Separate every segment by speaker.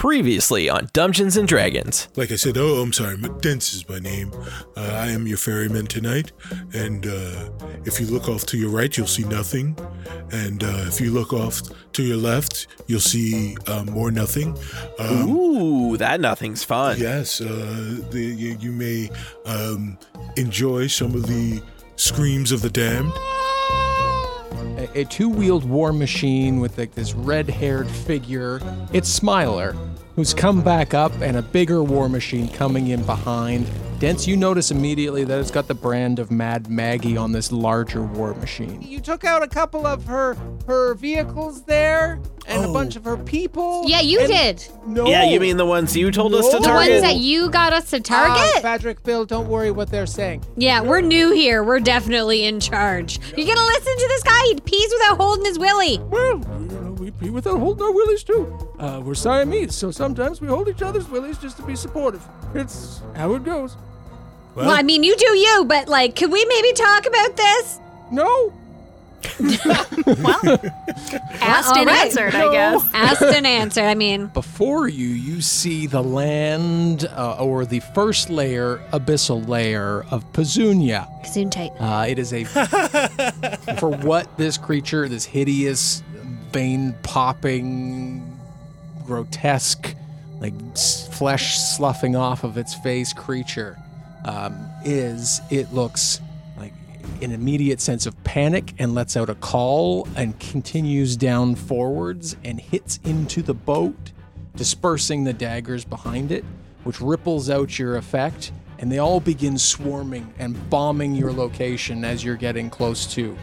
Speaker 1: Previously on Dungeons and Dragons.
Speaker 2: Like I said, oh, I'm sorry, McDence is my name. Uh, I am your ferryman tonight, and uh, if you look off to your right, you'll see nothing, and uh, if you look off to your left, you'll see uh, more nothing. Um,
Speaker 1: Ooh, that nothing's fun.
Speaker 2: Yes, uh, the, you, you may um, enjoy some of the screams of the damned.
Speaker 3: a, a two-wheeled war machine with like this red-haired figure. It's Smiler, who's come back up, and a bigger war machine coming in behind. Dents, you notice immediately that it's got the brand of Mad Maggie on this larger war machine.
Speaker 4: you took out a couple of her her vehicles there and
Speaker 2: Oh.
Speaker 4: a bunch of her people.
Speaker 5: Yeah, you
Speaker 4: And-
Speaker 5: did.
Speaker 4: No.
Speaker 1: Yeah, you mean the ones you told us to
Speaker 4: No.
Speaker 5: The
Speaker 1: target?
Speaker 5: ones that you got us to
Speaker 4: Ah,
Speaker 5: target?
Speaker 4: Patrick, Bill, don't worry what they're saying.
Speaker 5: yeah, we're new here. We're definitely in charge. You're gonna listen to this guy? He pees without holding his willy.
Speaker 3: Well, you know, we pee without holding our willies too. Uh, we're Siamese, so sometimes we hold each other's willies just to be supportive. It's how it goes.
Speaker 5: Well, I mean, you do you, but like, can we maybe talk about this?
Speaker 3: No,
Speaker 5: Asked
Speaker 6: and answered, I guess.
Speaker 5: Asked and answered. I mean,
Speaker 3: Before you, you see the land uh, or the first layer, abyssal layer of Pazunia.
Speaker 5: soon tight.
Speaker 3: Uh, it is a for what this creature, this hideous, vein popping, grotesque, like s- flesh sloughing off of its face creature um, is. It looks like an immediate sense of panic and lets out a call and continues down forwards and hits into the boat, dispersing the daggers behind it, which ripples out your effect. And they all begin swarming and bombing your location as you're getting close to.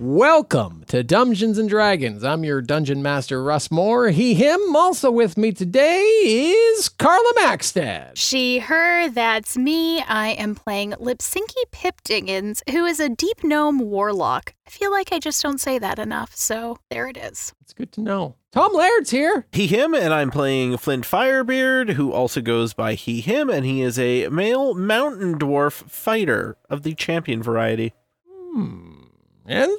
Speaker 3: Welcome to Dungeons and Dragons. I'm your dungeon master, Russ Moore. He, him. Also with me today is Carla Maxted.
Speaker 6: She, her, that's me. I am playing Lipsinky Pip Diggins, who is a deep gnome warlock. I feel like I just don't say that enough, so there it is.
Speaker 3: It's good to know. Tom Laird's here.
Speaker 1: He, him, and I'm playing Flint Firebeard, who also goes by he, him, and he is a male mountain dwarf fighter of the champion variety.
Speaker 3: And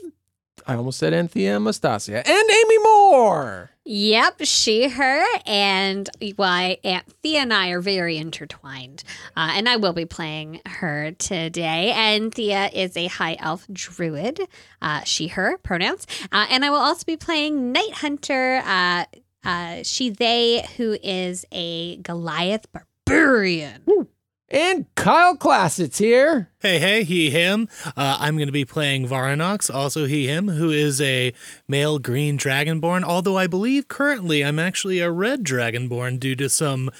Speaker 3: I almost said Anthea Mastasia. And Amy Moore.
Speaker 5: Yep, she, her, and why Aunt Thea and I are very intertwined. Uh, and I will be playing her today. And Thea is a high elf druid, uh, she, her pronouns. Uh, and I will also be playing Night Hunter, uh, uh, she, they, who is a Goliath barbarian.
Speaker 3: And Kyle Classett's here.
Speaker 7: Hey, hey, he, him. Uh, I'm going to be playing Varanox, also he, him, who is a male green dragonborn. Although I believe currently I'm actually a red dragonborn due to some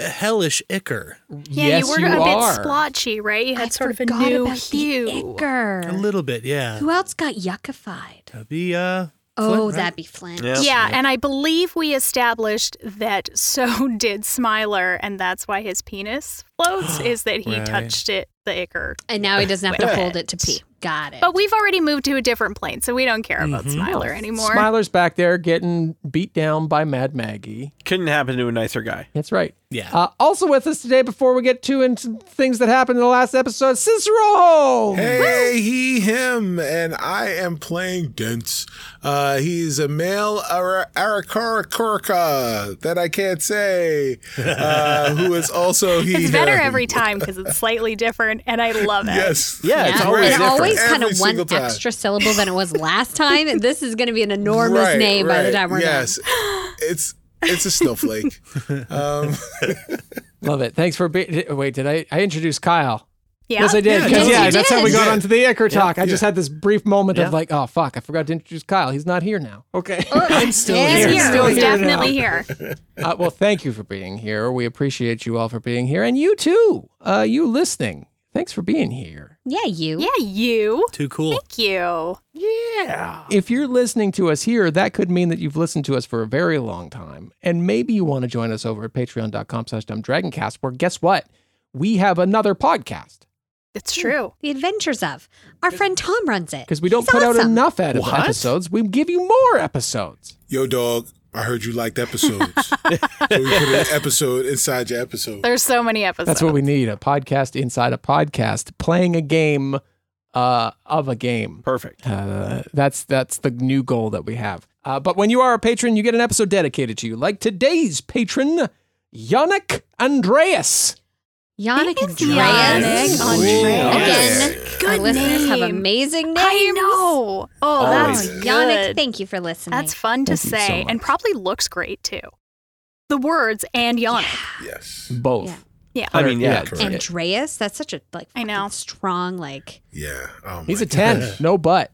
Speaker 7: hellish ichor.
Speaker 6: Yeah,
Speaker 3: yes,
Speaker 6: you were
Speaker 3: you
Speaker 6: a
Speaker 3: are.
Speaker 6: bit splotchy, right? You had
Speaker 5: I
Speaker 6: sort of a
Speaker 5: forgot
Speaker 6: new
Speaker 5: about the
Speaker 6: hue.
Speaker 5: ichor.
Speaker 7: A little bit, yeah.
Speaker 5: Who else got yuckified?
Speaker 7: That'd be, uh,
Speaker 5: oh,
Speaker 7: Flint, right?
Speaker 5: that'd be Flint.
Speaker 1: Yeah.
Speaker 6: Yeah, and I believe we established that so did Smiler, and that's why his penis floats, is that he
Speaker 7: Right.
Speaker 6: touched it, the ichor.
Speaker 5: And now he doesn't have to
Speaker 6: Wait.
Speaker 5: hold it to pee. Got it.
Speaker 6: But we've already moved to a different plane,
Speaker 3: Mm-hmm.
Speaker 6: so we don't care about
Speaker 7: Mhm.
Speaker 6: Smiler anymore.
Speaker 3: Smiler's back there getting beat down by Mad Maggie.
Speaker 1: couldn't happen to a nicer guy.
Speaker 3: That's right.
Speaker 7: Yeah.
Speaker 3: Uh, also with us today, before we get too into things that happened in the last episode, Cicero.
Speaker 2: Hey, he, him, and I am playing Dents. Uh, he's a male Ara- Arakarakurka that I can't say, uh, who is also he.
Speaker 8: It's better
Speaker 2: him.
Speaker 8: every time because it's slightly different, and I love it.
Speaker 2: Yes.
Speaker 1: Yeah, it's
Speaker 5: Yeah,
Speaker 1: always
Speaker 5: and
Speaker 1: different.
Speaker 5: always kind
Speaker 2: Every
Speaker 5: of one
Speaker 2: single time.
Speaker 5: extra syllable than it was last time. this is going to be an enormous
Speaker 2: Right,
Speaker 5: name by the
Speaker 2: right.
Speaker 5: time we're
Speaker 2: Yes. It's it's a snowflake. um,
Speaker 3: Love it. Thanks for being. Wait, did I? I introduced Kyle.
Speaker 8: Yeah.
Speaker 3: Yes, I did.
Speaker 7: Yeah,
Speaker 3: 'cause,
Speaker 5: you
Speaker 3: yeah,
Speaker 5: did.
Speaker 3: that's how we got onto the Ecker talk. I
Speaker 2: yeah.
Speaker 3: just had this brief moment
Speaker 1: Yeah.
Speaker 3: of like, oh fuck, I forgot to introduce Kyle. He's not here now. Okay.
Speaker 4: Uh, Oh,
Speaker 5: done.
Speaker 7: I'm still
Speaker 5: Yeah,
Speaker 8: It's
Speaker 7: here.
Speaker 8: here.
Speaker 3: Still
Speaker 8: It's
Speaker 3: here now.
Speaker 8: definitely here.
Speaker 3: uh, well, thank you for being here. We appreciate you all for being here, and you too, uh, you listening. Thanks for being here.
Speaker 5: Yeah, you.
Speaker 8: Yeah, you.
Speaker 7: Too cool.
Speaker 8: Thank you.
Speaker 3: If you're listening to us here, that could mean that you've listened to us for a very long time, and maybe you want to join us over at Patreon.com/slash DumbDragonCast. Where guess what? We have another podcast
Speaker 8: It's true.
Speaker 5: Hmm. The Adventures of our friend Tom runs it
Speaker 3: because we don't
Speaker 5: He's
Speaker 3: put out
Speaker 5: awesome.
Speaker 3: enough ed-
Speaker 1: What?
Speaker 3: episodes. We give you more episodes.
Speaker 2: yo, dog, I heard you liked episodes. so we put an episode inside your episode.
Speaker 8: There's so many episodes.
Speaker 3: That's what we need a podcast inside a podcast, playing a game uh, of a game.
Speaker 1: Perfect.
Speaker 3: Uh, that's that's the new goal that we have. Uh, but when you are a patron, you get an episode dedicated to you, like today's patron, Yannick Andreas.
Speaker 5: Yannick
Speaker 8: Thanks,
Speaker 5: Andreas.
Speaker 8: Yannick
Speaker 2: Andreas.
Speaker 5: Again,
Speaker 8: Good
Speaker 5: our listeners have
Speaker 8: name.
Speaker 5: amazing names.
Speaker 8: I know. Oh, that's
Speaker 2: Always.
Speaker 8: good.
Speaker 5: Yannick, thank you for listening.
Speaker 8: That's fun to
Speaker 3: Thank you so
Speaker 8: say, and
Speaker 3: much.
Speaker 8: probably looks great too. The words and Yannick.
Speaker 2: Yes.
Speaker 3: Both.
Speaker 5: Yeah.
Speaker 8: Yeah.
Speaker 1: I mean, yeah.
Speaker 2: correct.
Speaker 5: Andreas. That's such a like.
Speaker 8: I know.
Speaker 5: fucking Strong like.
Speaker 2: Yeah. Oh
Speaker 3: He's
Speaker 2: my
Speaker 3: a ten, no butt.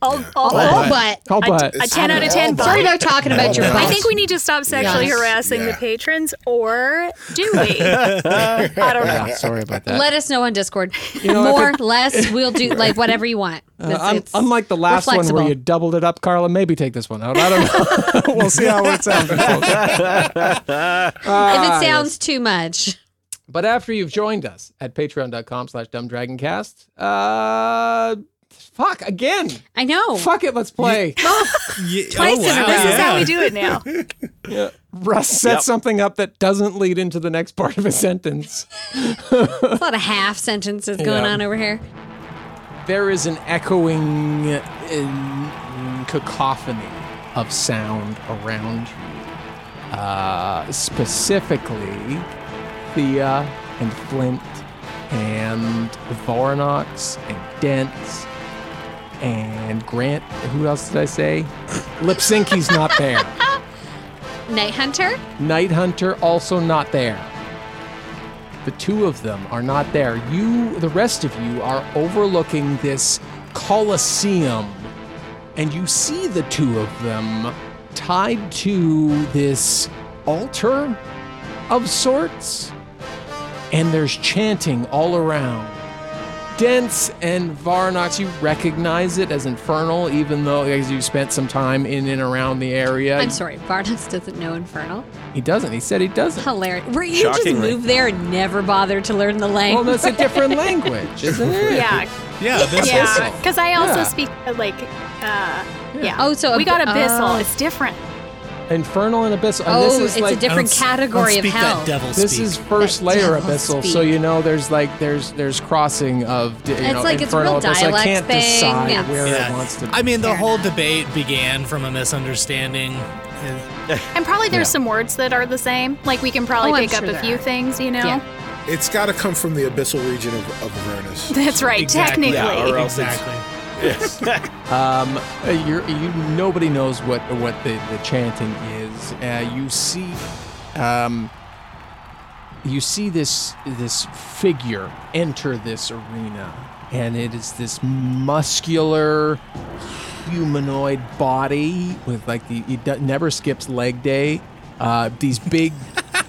Speaker 8: All, all,
Speaker 5: Oh,
Speaker 8: all-
Speaker 5: but
Speaker 3: How butt?
Speaker 8: a 10 out of 10
Speaker 2: It's-
Speaker 5: sorry
Speaker 8: but
Speaker 5: about talking about your.
Speaker 2: Oh,
Speaker 8: I
Speaker 5: butt.
Speaker 8: think we need to stop sexually
Speaker 5: Yes.
Speaker 8: harassing the
Speaker 2: Yeah.
Speaker 8: patrons, or do we? I don't know.
Speaker 3: Yeah, sorry about that.
Speaker 5: Let us know on Discord.
Speaker 3: know, if
Speaker 5: More, less, we'll do like whatever you want.
Speaker 3: Uh,
Speaker 5: It's-
Speaker 3: un-
Speaker 5: it's-
Speaker 3: unlike the
Speaker 5: we're
Speaker 3: last one where
Speaker 5: flexible.
Speaker 3: you doubled it up, Carla, maybe take this one out. I don't know. we'll see how it sounds. folks.
Speaker 5: if
Speaker 3: Ah,
Speaker 5: it
Speaker 3: yes.
Speaker 5: sounds too much.
Speaker 3: But after you've joined us at patreon.com slash dumbdragoncast, uh, fuck, again.
Speaker 5: I know.
Speaker 3: Fuck it, let's play.
Speaker 7: Yeah.
Speaker 8: Twice
Speaker 7: oh,
Speaker 8: in a-
Speaker 7: wow.
Speaker 8: This is how
Speaker 7: Yeah.
Speaker 8: we do it now.
Speaker 3: Russ set
Speaker 1: Yep.
Speaker 3: something up that doesn't lead into the next part of a sentence.
Speaker 5: A lot of half sentences going
Speaker 3: Yeah.
Speaker 5: on over here.
Speaker 3: There is an echoing uh, cacophony of sound around you. Uh, specifically, Thea and Flint and Varnox and Dents and Grant. Who else did I say? Lipsinki's not there.
Speaker 5: Night Hunter?
Speaker 3: Night Hunter also not there. The two of them are not there. You, the rest of you, are overlooking this coliseum, and you see the two of them tied to this altar of sorts, and there's chanting all around. Dents and Varnox, you recognize it as infernal, even though as you spent some time in and around the area.
Speaker 5: I'm sorry, Bardox doesn't know Infernal.
Speaker 3: He doesn't. He said he doesn't.
Speaker 5: Hilarious. Were you just
Speaker 1: Shockingly.
Speaker 5: moved there and never bothered to learn the
Speaker 3: Well,
Speaker 5: language?
Speaker 3: that's a different language, isn't it?
Speaker 8: Yeah,
Speaker 7: Yeah, this
Speaker 8: yeah.
Speaker 3: Abyssal.
Speaker 8: Because I also
Speaker 3: Yeah.
Speaker 8: speak uh, like, uh, yeah.
Speaker 5: Oh, so
Speaker 8: we got
Speaker 5: ab-
Speaker 8: abyssal.
Speaker 5: oh.
Speaker 8: it's different.
Speaker 3: Infernal and abyssal. And
Speaker 5: oh,
Speaker 3: this is
Speaker 5: it's
Speaker 3: like
Speaker 5: a
Speaker 7: I don't
Speaker 5: different
Speaker 7: s-
Speaker 5: category
Speaker 7: don't
Speaker 5: of
Speaker 7: speak
Speaker 5: hell.
Speaker 7: That devil
Speaker 3: this
Speaker 7: speak.
Speaker 3: is first
Speaker 5: That
Speaker 3: layer
Speaker 5: devil
Speaker 3: abyssal. So
Speaker 5: speak.
Speaker 3: you know there's like there's there's crossing of d- you
Speaker 5: It's
Speaker 3: know,
Speaker 5: like it's a real
Speaker 3: infernal abyssal. I
Speaker 5: dialect
Speaker 3: can't
Speaker 5: thing.
Speaker 3: decide
Speaker 5: It's-
Speaker 3: where
Speaker 7: Yeah.
Speaker 3: it wants to. be.
Speaker 7: I mean, the
Speaker 5: Fair
Speaker 7: whole
Speaker 5: enough.
Speaker 7: debate began from a misunderstanding.
Speaker 8: And probably there's
Speaker 3: Yeah.
Speaker 8: some words that are the same. Like we can probably
Speaker 5: Oh, I'm
Speaker 8: pick up
Speaker 5: sure
Speaker 8: a
Speaker 5: there
Speaker 8: few
Speaker 5: are.
Speaker 8: things, you know?
Speaker 5: Yeah.
Speaker 2: It's got to come from the abyssal region of, of Avernus.
Speaker 8: That's right,
Speaker 7: Exactly.
Speaker 8: technically.
Speaker 1: Yeah, or else it's-
Speaker 7: Exactly.
Speaker 3: Um, uh, you're, you nobody knows what what the, the chanting is. Uh, you see, um, you see this this figure enter this arena, and it is this muscular humanoid body with like the it do- never skips leg day. Uh, these big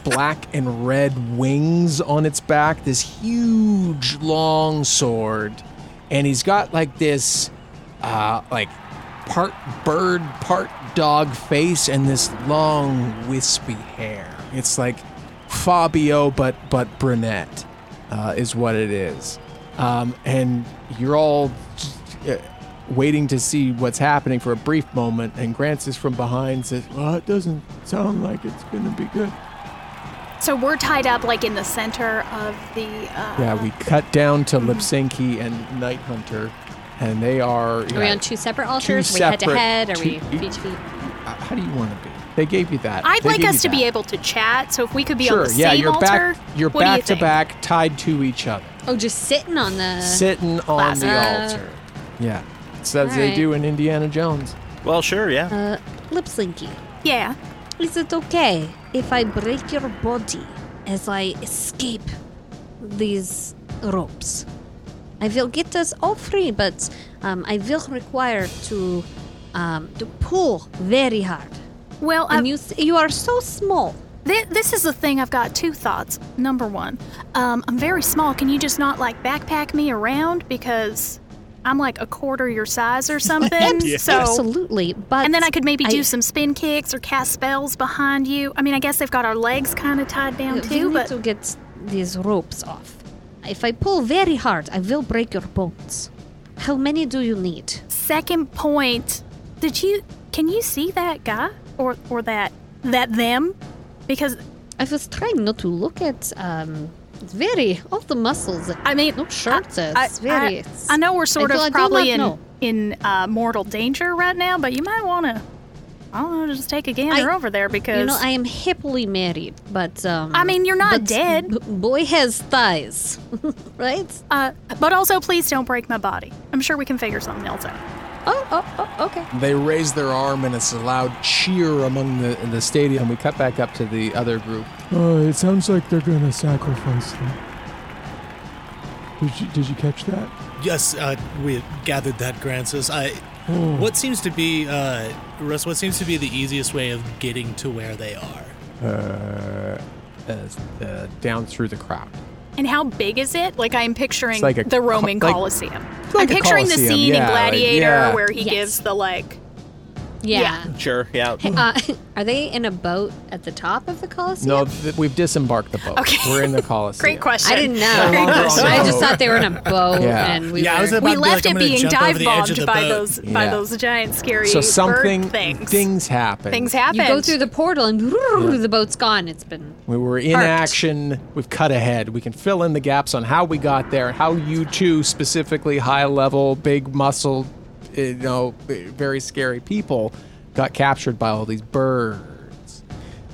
Speaker 3: black and red wings on its back. This huge long sword, and he's got like this uh, like part bird, part dog face, and this long wispy hair. It's like Fabio, but but brunette uh, is what it is. Um, and you're all uh, waiting to see what's happening for a brief moment, and Grants is from behind says, "Well, it doesn't sound like it's going to be good."
Speaker 8: So we're tied up like in the center of the. Uh,
Speaker 3: yeah, we cut down to Lipsinki and Night Hunter, and they are.
Speaker 5: Are we on two separate altars? Two are we head to head? Are two, we feet to feet?
Speaker 3: How do you want to be? They gave you that.
Speaker 8: I'd
Speaker 3: they
Speaker 8: like us to
Speaker 3: that.
Speaker 8: be able to chat. So if we could be
Speaker 3: sure.
Speaker 8: on the
Speaker 3: yeah,
Speaker 8: same
Speaker 3: you're
Speaker 8: altar,
Speaker 3: back. You're
Speaker 8: what do
Speaker 3: back
Speaker 8: you
Speaker 3: to
Speaker 8: think?
Speaker 3: back, tied to each other,
Speaker 5: Oh, just sitting on the.
Speaker 3: sitting on
Speaker 8: Classic.
Speaker 3: the
Speaker 5: Uh,
Speaker 3: altar. Yeah, so as they
Speaker 5: alright.
Speaker 3: do in Indiana Jones.
Speaker 1: Well, sure, yeah.
Speaker 5: Uh, lip syncing.
Speaker 8: Yeah.
Speaker 5: Is it okay if I break your body as I escape these ropes? I will get us all free, but um, I will require to um, to pull very hard.
Speaker 8: Well,
Speaker 5: And
Speaker 8: um,
Speaker 5: you s- you are so small.
Speaker 8: Th- this is the thing. I've got two thoughts. Number one, um, I'm very small. Can you just not like backpack me around because I'm like a quarter your size or something? So.
Speaker 5: Absolutely, but
Speaker 8: And then I could maybe do
Speaker 5: I-
Speaker 8: some spin kicks or cast spells behind you. I mean, I guess they've got our legs kind of tied down
Speaker 5: we
Speaker 8: too,
Speaker 5: need
Speaker 8: but
Speaker 5: to get these ropes off. If I pull very hard, I will break your bones. How many do you need?
Speaker 8: second point, did you can you see that guy or or that that them? Because
Speaker 5: I was trying not to look at um it's very all the muscles.
Speaker 8: I mean,
Speaker 5: no shirts.
Speaker 8: I,
Speaker 5: it's very.
Speaker 8: I, I know we're sort
Speaker 5: I do- I
Speaker 8: of
Speaker 5: do
Speaker 8: probably
Speaker 5: not
Speaker 8: in
Speaker 5: know.
Speaker 8: in uh, mortal danger right now, but you might want to, I don't know, just take a gander over there because
Speaker 5: You know, I am happily married, but um.
Speaker 8: I mean, you're not
Speaker 5: but
Speaker 8: dead.
Speaker 5: b- boy has thighs, right?
Speaker 8: uh, but also please don't break my body. I'm sure we can figure something else out.
Speaker 5: Oh, oh, oh, okay.
Speaker 3: They raise their arm and it's a loud cheer among the in the stadium. We cut back up to the other group.
Speaker 4: Uh, it sounds like they're gonna sacrifice them. Did you, did you catch that?
Speaker 7: Yes, uh, we gathered that, Grancis. I, what seems to be, uh, Russ? What seems to be the easiest way of getting to where they are?
Speaker 3: Uh, as- uh, down through the crowd.
Speaker 8: And how big is it? Like I'm picturing
Speaker 3: It's like a
Speaker 8: the Roman
Speaker 3: co- like-
Speaker 8: Colosseum. I'm
Speaker 3: like a
Speaker 8: picturing the
Speaker 3: Colosseum,
Speaker 8: scene
Speaker 3: yeah,
Speaker 8: in
Speaker 3: like-
Speaker 8: Gladiator
Speaker 3: yeah.
Speaker 8: where he
Speaker 5: Yes.
Speaker 8: gives the like.
Speaker 5: Yeah.
Speaker 1: Sure, yeah.
Speaker 5: Uh, are they in a boat at the top of the Colosseum?
Speaker 3: No, th- we've disembarked the boat.
Speaker 8: Okay.
Speaker 3: We're in the Colosseum.
Speaker 8: Great question.
Speaker 5: I didn't know.
Speaker 8: Great question.
Speaker 5: I just thought they were in a boat,
Speaker 3: Yeah.
Speaker 5: and we
Speaker 7: Yeah, I
Speaker 5: were.
Speaker 7: was about
Speaker 8: We
Speaker 7: to be like,
Speaker 8: left
Speaker 7: I'm
Speaker 8: it
Speaker 7: gonna
Speaker 8: being
Speaker 7: jump over
Speaker 8: dive
Speaker 7: the edge of
Speaker 8: bombed
Speaker 7: the
Speaker 8: by
Speaker 7: boat.
Speaker 8: those by
Speaker 3: Yeah.
Speaker 8: those giant scary
Speaker 3: So
Speaker 8: bird
Speaker 3: something
Speaker 8: things.
Speaker 3: things happen.
Speaker 8: things happen.
Speaker 5: you go through the portal, and the boat's gone. It's been
Speaker 3: We were in
Speaker 5: Parked.
Speaker 3: action. We've cut ahead. We can fill in the gaps on how we got there, how you two specifically high level, big muscle, you know, very scary people got captured by all these birds.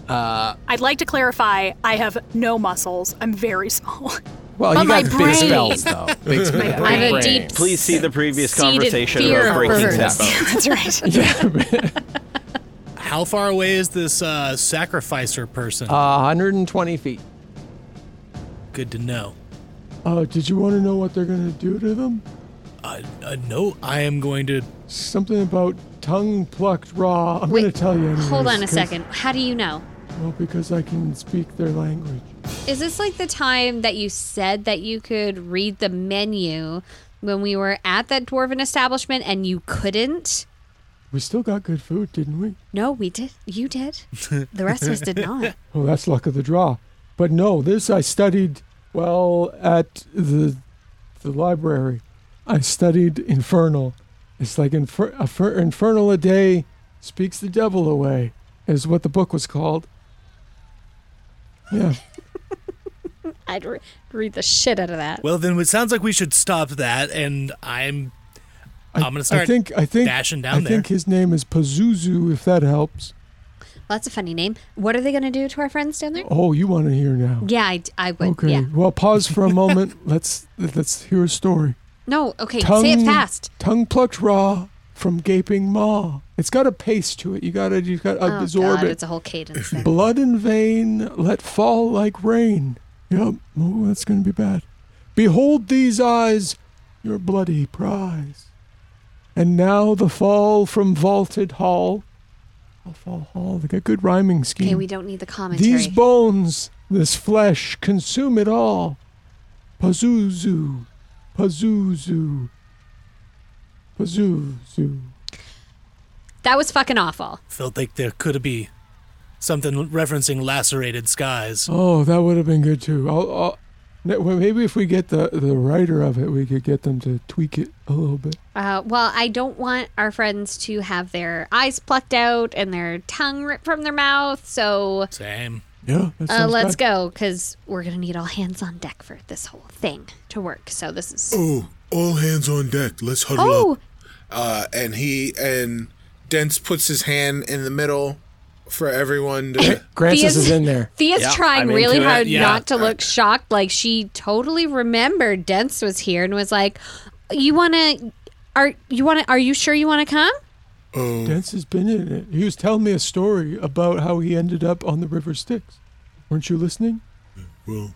Speaker 3: Uh,
Speaker 8: I'd like to clarify. I have no muscles. I'm very small.
Speaker 3: Well,
Speaker 8: But
Speaker 3: you
Speaker 8: my
Speaker 3: got
Speaker 8: brain-
Speaker 3: big spells though. Big spells.
Speaker 5: I have a deep.
Speaker 1: Please see the previous
Speaker 5: Seated
Speaker 1: conversation
Speaker 5: fear
Speaker 1: about
Speaker 5: of
Speaker 1: breaking
Speaker 5: birds.
Speaker 1: that bone.
Speaker 8: That's right.
Speaker 7: How far away is this uh, sacrificer person?
Speaker 3: 120 feet.
Speaker 7: Good to know.
Speaker 4: Uh, did you want to know what they're gonna do to them?
Speaker 7: Uh, uh, no, I am going to.
Speaker 4: Something about tongue plucked raw. I'm gonna
Speaker 5: Wait,
Speaker 4: tell you. Anyways,
Speaker 5: Hold on a
Speaker 4: 'cause-
Speaker 5: second. How do you know?
Speaker 4: Well, because I can speak their language.
Speaker 5: Is this like the time that you said that you could read the menu when we were at that dwarven establishment and you couldn't?
Speaker 4: We still got good food, didn't we?
Speaker 5: No, we did. You did. The rest of us did not.
Speaker 4: Well, Oh, that's luck of the draw. But no, this I studied well at the the library. I studied infernal. It's like infer- a fir- infernal a day speaks the devil away, is what the book was called. Yeah,
Speaker 5: I'd re- read the shit out of that.
Speaker 7: Well, then it sounds like we should stop that, and I'm.
Speaker 4: I,
Speaker 7: I'm gonna start
Speaker 4: I think I think
Speaker 7: dashing
Speaker 4: I
Speaker 7: down there.
Speaker 4: think his name is Pazuzu, if that helps.
Speaker 5: That's a funny name. What are they going to do to our friends down there?
Speaker 4: Oh, you want to hear now?
Speaker 5: Yeah, I, I would.
Speaker 4: okay.
Speaker 5: Yeah.
Speaker 4: Well, pause for a moment. let's let's hear a story.
Speaker 5: No, okay.
Speaker 4: tongue,
Speaker 5: Say it fast.
Speaker 4: Tongue plucked raw from gaping maw. It's got a pace to it. You gotta you gotta
Speaker 5: Oh,
Speaker 4: absorb
Speaker 5: God.
Speaker 4: it.
Speaker 5: It's a whole cadence thing.
Speaker 4: Blood in vein, let fall like rain. Yep. Oh, that's gonna be bad. Behold these eyes, your bloody prize. And now the fall from vaulted hall. I'll fall hall. They got good rhyming scheme.
Speaker 5: Okay, we don't need the commentary.
Speaker 4: These bones, this flesh, consume it all. Pazuzu, Pazuzu, Pazuzu.
Speaker 5: that was fucking awful.
Speaker 7: Felt like there could be something referencing lacerated skies.
Speaker 4: Oh, that would have been good too. I'll, I'll, No, well, maybe if we get the, the writer of it, we could get them to tweak it a little bit.
Speaker 5: Uh, well, I don't want our friends to have their eyes plucked out and their tongue ripped from their mouth. So
Speaker 7: Same.
Speaker 4: Yeah.
Speaker 5: uh, let's go because we're going to need all hands on deck for this whole thing to work. So this is.
Speaker 2: Oh, all hands on deck. Let's huddle
Speaker 5: Oh,
Speaker 2: up.
Speaker 9: Uh, and he and Dents puts his hand in the middle for everyone to.
Speaker 3: Grancis
Speaker 5: Thea's-
Speaker 3: is in there.
Speaker 5: Thea's
Speaker 10: Yeah,
Speaker 5: trying
Speaker 10: I'm
Speaker 5: really
Speaker 10: into it.
Speaker 5: hard
Speaker 7: Yeah.
Speaker 5: not to look shocked. Like she totally remembered Dents was here and was like, "You want to? Are you want to? Are you sure you want to come?"
Speaker 4: Dance has been in it. He was telling me a story about how he ended up on the River Styx. Weren't you listening?
Speaker 2: Well,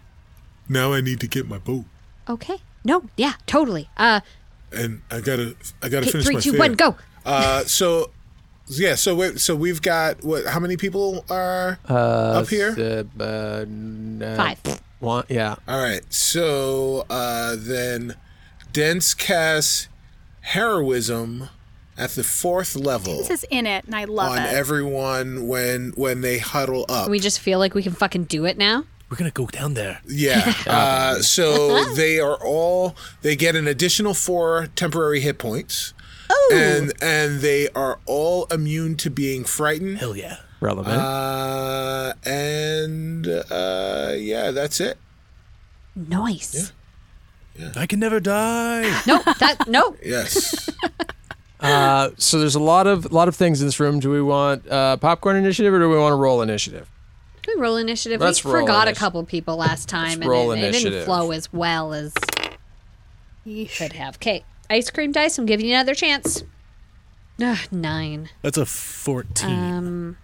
Speaker 2: now I need to get my boat,
Speaker 5: Okay. No. Yeah. Totally. Uh.
Speaker 2: and I gotta I gotta
Speaker 5: Okay,
Speaker 2: finish
Speaker 5: three,
Speaker 2: my
Speaker 5: two,
Speaker 2: fare.
Speaker 5: one, go.
Speaker 9: Uh, so, yeah. So wait. So we've got what? How many people are
Speaker 4: Uh.
Speaker 9: up here?
Speaker 3: Uh, uh, n- uh,
Speaker 5: Five.
Speaker 3: One, yeah.
Speaker 9: All right. So uh, then, Dents casts heroism at the fourth level
Speaker 8: This is in it, and I love
Speaker 9: on
Speaker 8: it.
Speaker 9: everyone when when they huddle up.
Speaker 5: We just feel like we can fucking do it now.
Speaker 7: We're gonna go down there.
Speaker 9: Yeah. Uh, so they are all they get an additional four temporary hit points.
Speaker 5: Oh.
Speaker 9: And and they are all immune to being frightened.
Speaker 7: Hell yeah.
Speaker 3: Relevant.
Speaker 9: Uh, and uh, yeah, that's it.
Speaker 5: Nice.
Speaker 7: I can never die.
Speaker 5: No. That. No.
Speaker 9: Yes.
Speaker 3: Uh, so there's a lot of lot of things in this room. Do we want uh, popcorn initiative or do we want to roll initiative?
Speaker 5: Can we roll initiative?
Speaker 3: Let's
Speaker 5: we
Speaker 3: roll
Speaker 5: forgot
Speaker 3: initi-
Speaker 5: a couple people last time, and
Speaker 3: roll
Speaker 5: it, it didn't
Speaker 3: initiative.
Speaker 5: flow as well as
Speaker 8: Yeesh.
Speaker 5: could have. Okay. Ice cream dice. I'm giving you another chance. Ugh, nine.
Speaker 7: That's a fourteen.
Speaker 5: Um.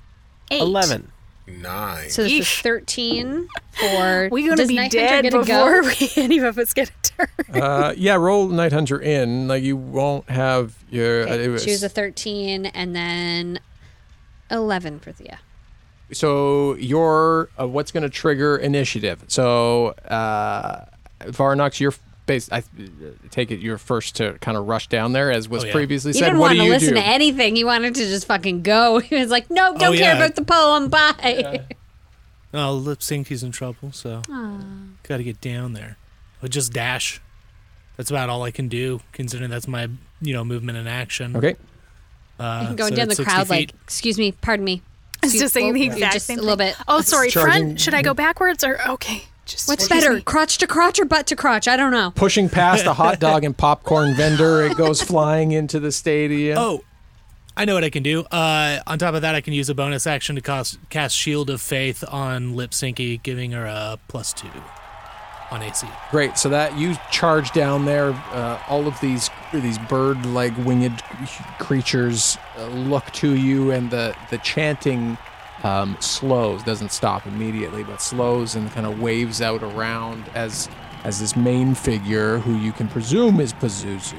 Speaker 5: Eight.
Speaker 10: 11.
Speaker 9: Nine.
Speaker 5: So this
Speaker 8: Yeesh.
Speaker 5: is 13 for.
Speaker 8: We're gonna
Speaker 5: does
Speaker 8: be
Speaker 5: Night
Speaker 8: dead
Speaker 5: Hunter
Speaker 8: before
Speaker 5: gonna go?
Speaker 8: we any of us get a turn.
Speaker 3: Uh, yeah, roll Night Hunter in. Like you won't have your. uh, it
Speaker 5: Okay,
Speaker 3: was-
Speaker 5: choose a 13 and then 11 for Thea.
Speaker 3: so your uh, what's going to trigger initiative? So uh, Varnox, you're based. I take it you're first to kind of rush down there, as was
Speaker 7: Oh, yeah.
Speaker 3: previously
Speaker 5: He
Speaker 3: said.
Speaker 5: didn't
Speaker 3: what
Speaker 5: want
Speaker 3: do
Speaker 5: to
Speaker 3: you
Speaker 5: listen
Speaker 3: do?
Speaker 5: to anything. He wanted to just fucking go. He was like, nope, don't
Speaker 7: Oh,
Speaker 5: care
Speaker 7: yeah.
Speaker 5: about the poem. Bye.
Speaker 7: Oh, lip sync he's in trouble, so gotta get down there. But just dash. That's about all I can do, considering that's my you know movement and action.
Speaker 3: Okay.
Speaker 7: uh,
Speaker 5: Going
Speaker 7: so
Speaker 5: down the
Speaker 7: that's 60
Speaker 5: crowd,
Speaker 7: feet.
Speaker 5: like, excuse me, pardon me.
Speaker 8: I was
Speaker 5: Excuse-
Speaker 8: just saying the
Speaker 5: whoa,
Speaker 8: exact
Speaker 5: just
Speaker 8: same
Speaker 5: a little
Speaker 8: thing.
Speaker 5: bit.
Speaker 8: Oh, sorry,
Speaker 3: Charging-
Speaker 8: front. Should I go backwards or okay? Just
Speaker 5: What's
Speaker 8: excuse
Speaker 5: better,
Speaker 8: me.
Speaker 5: crotch to crotch or butt to crotch? I don't know.
Speaker 3: Pushing past a hot dog and popcorn vendor, it goes flying into the stadium.
Speaker 7: Oh, I know what I can do. Uh, on top of that, I can use a bonus action to cast, cast Shield of Faith on Lip Syncy, giving her a plus two on AC.
Speaker 3: Great. So that you charge down there. Uh, all of these these bird like winged creatures uh, look to you, and the the chanting um, slows. Doesn't stop immediately, but slows and kind of waves out around as as this main figure, who you can presume is Pazuzu,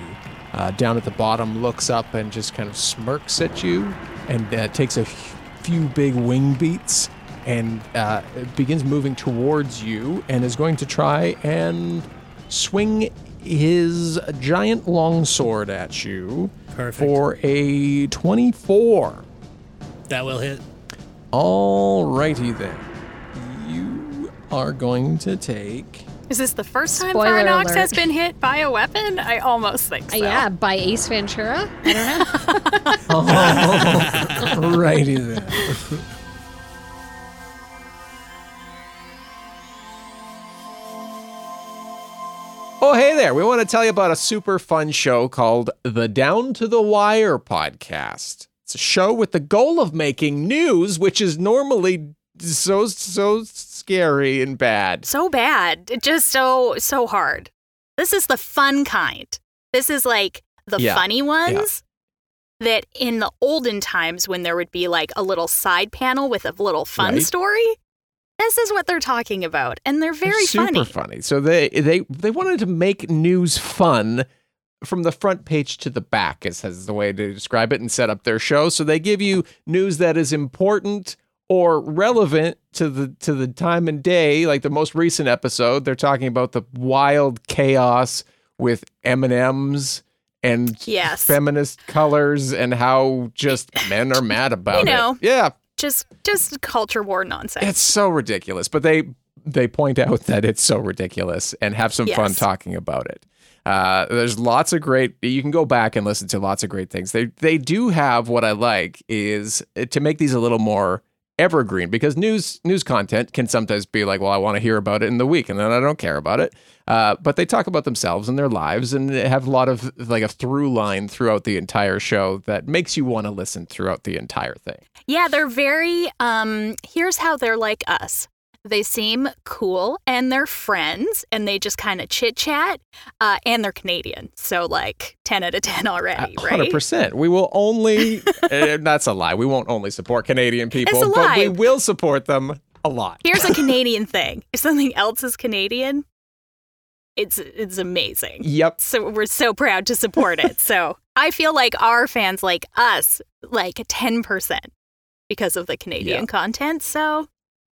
Speaker 3: uh, down at the bottom, looks up and just kind of smirks at you, and uh, takes a f- few big wing beats and uh, begins moving towards you and is going to try and swing his giant longsword at you
Speaker 7: Perfect.
Speaker 3: for a 24.
Speaker 7: That will hit.
Speaker 3: Alrighty then. You are going to take.
Speaker 8: Is this the first time
Speaker 5: Spoiler
Speaker 8: Firenox
Speaker 5: alert.
Speaker 8: has been hit by a weapon? I almost think so.
Speaker 5: Uh, Yeah, by Ace Ventura.
Speaker 3: Alrighty then. Oh, hey there. We want to tell you about a super fun show called the Down to the Wire podcast. It's a show with the goal of making news, which is normally so, so scary and bad.
Speaker 8: So bad. It Just so so hard. This is the fun kind. This is like the
Speaker 3: Yeah.
Speaker 8: funny ones. That in the olden times when there would be like a little side panel with a little fun
Speaker 3: Right.
Speaker 8: story, this is what they're talking about, and they're very
Speaker 3: super
Speaker 8: funny.
Speaker 3: So they they they wanted to make news fun from the front page to the back, is, is the way to describe it, and set up their show. So they give you news that is important or relevant to the to the time and day. Like the most recent episode, they're talking about the wild chaos with M and M's and
Speaker 8: Yes.
Speaker 3: feminist colors and how just men are mad about
Speaker 8: know.
Speaker 3: it. Yeah,
Speaker 8: Just just culture war nonsense.
Speaker 3: it's so ridiculous, but they they point out that it's so ridiculous and have some fun
Speaker 11: Yes.
Speaker 3: talking about it. Uh, there's lots of great. You can go back and listen to lots of great things. They they do have what I like is uh, to make these a little more evergreen because news news content can sometimes be like, well, I want to hear about it in the week, and then I don't care about it. Uh, but they talk about themselves and their lives and they have a lot of like a through line throughout the entire show that makes you want to listen throughout the entire thing.
Speaker 8: Yeah, they're very um here's how they're like us. They seem cool and they're friends and they just kind of chit chat uh, and they're Canadian. So like 10 out of 10 already, right?
Speaker 3: Uh, Hundred percent. We will only. eh, that's a lie. We won't only support Canadian people,
Speaker 8: It's a
Speaker 3: but we
Speaker 8: lie.
Speaker 3: will support them a lot.
Speaker 8: Here's a Canadian thing. If something else is Canadian, it's it's amazing.
Speaker 3: Yep.
Speaker 8: So we're so proud to support it. so I feel like our fans like us like 10% because of the Canadian content. So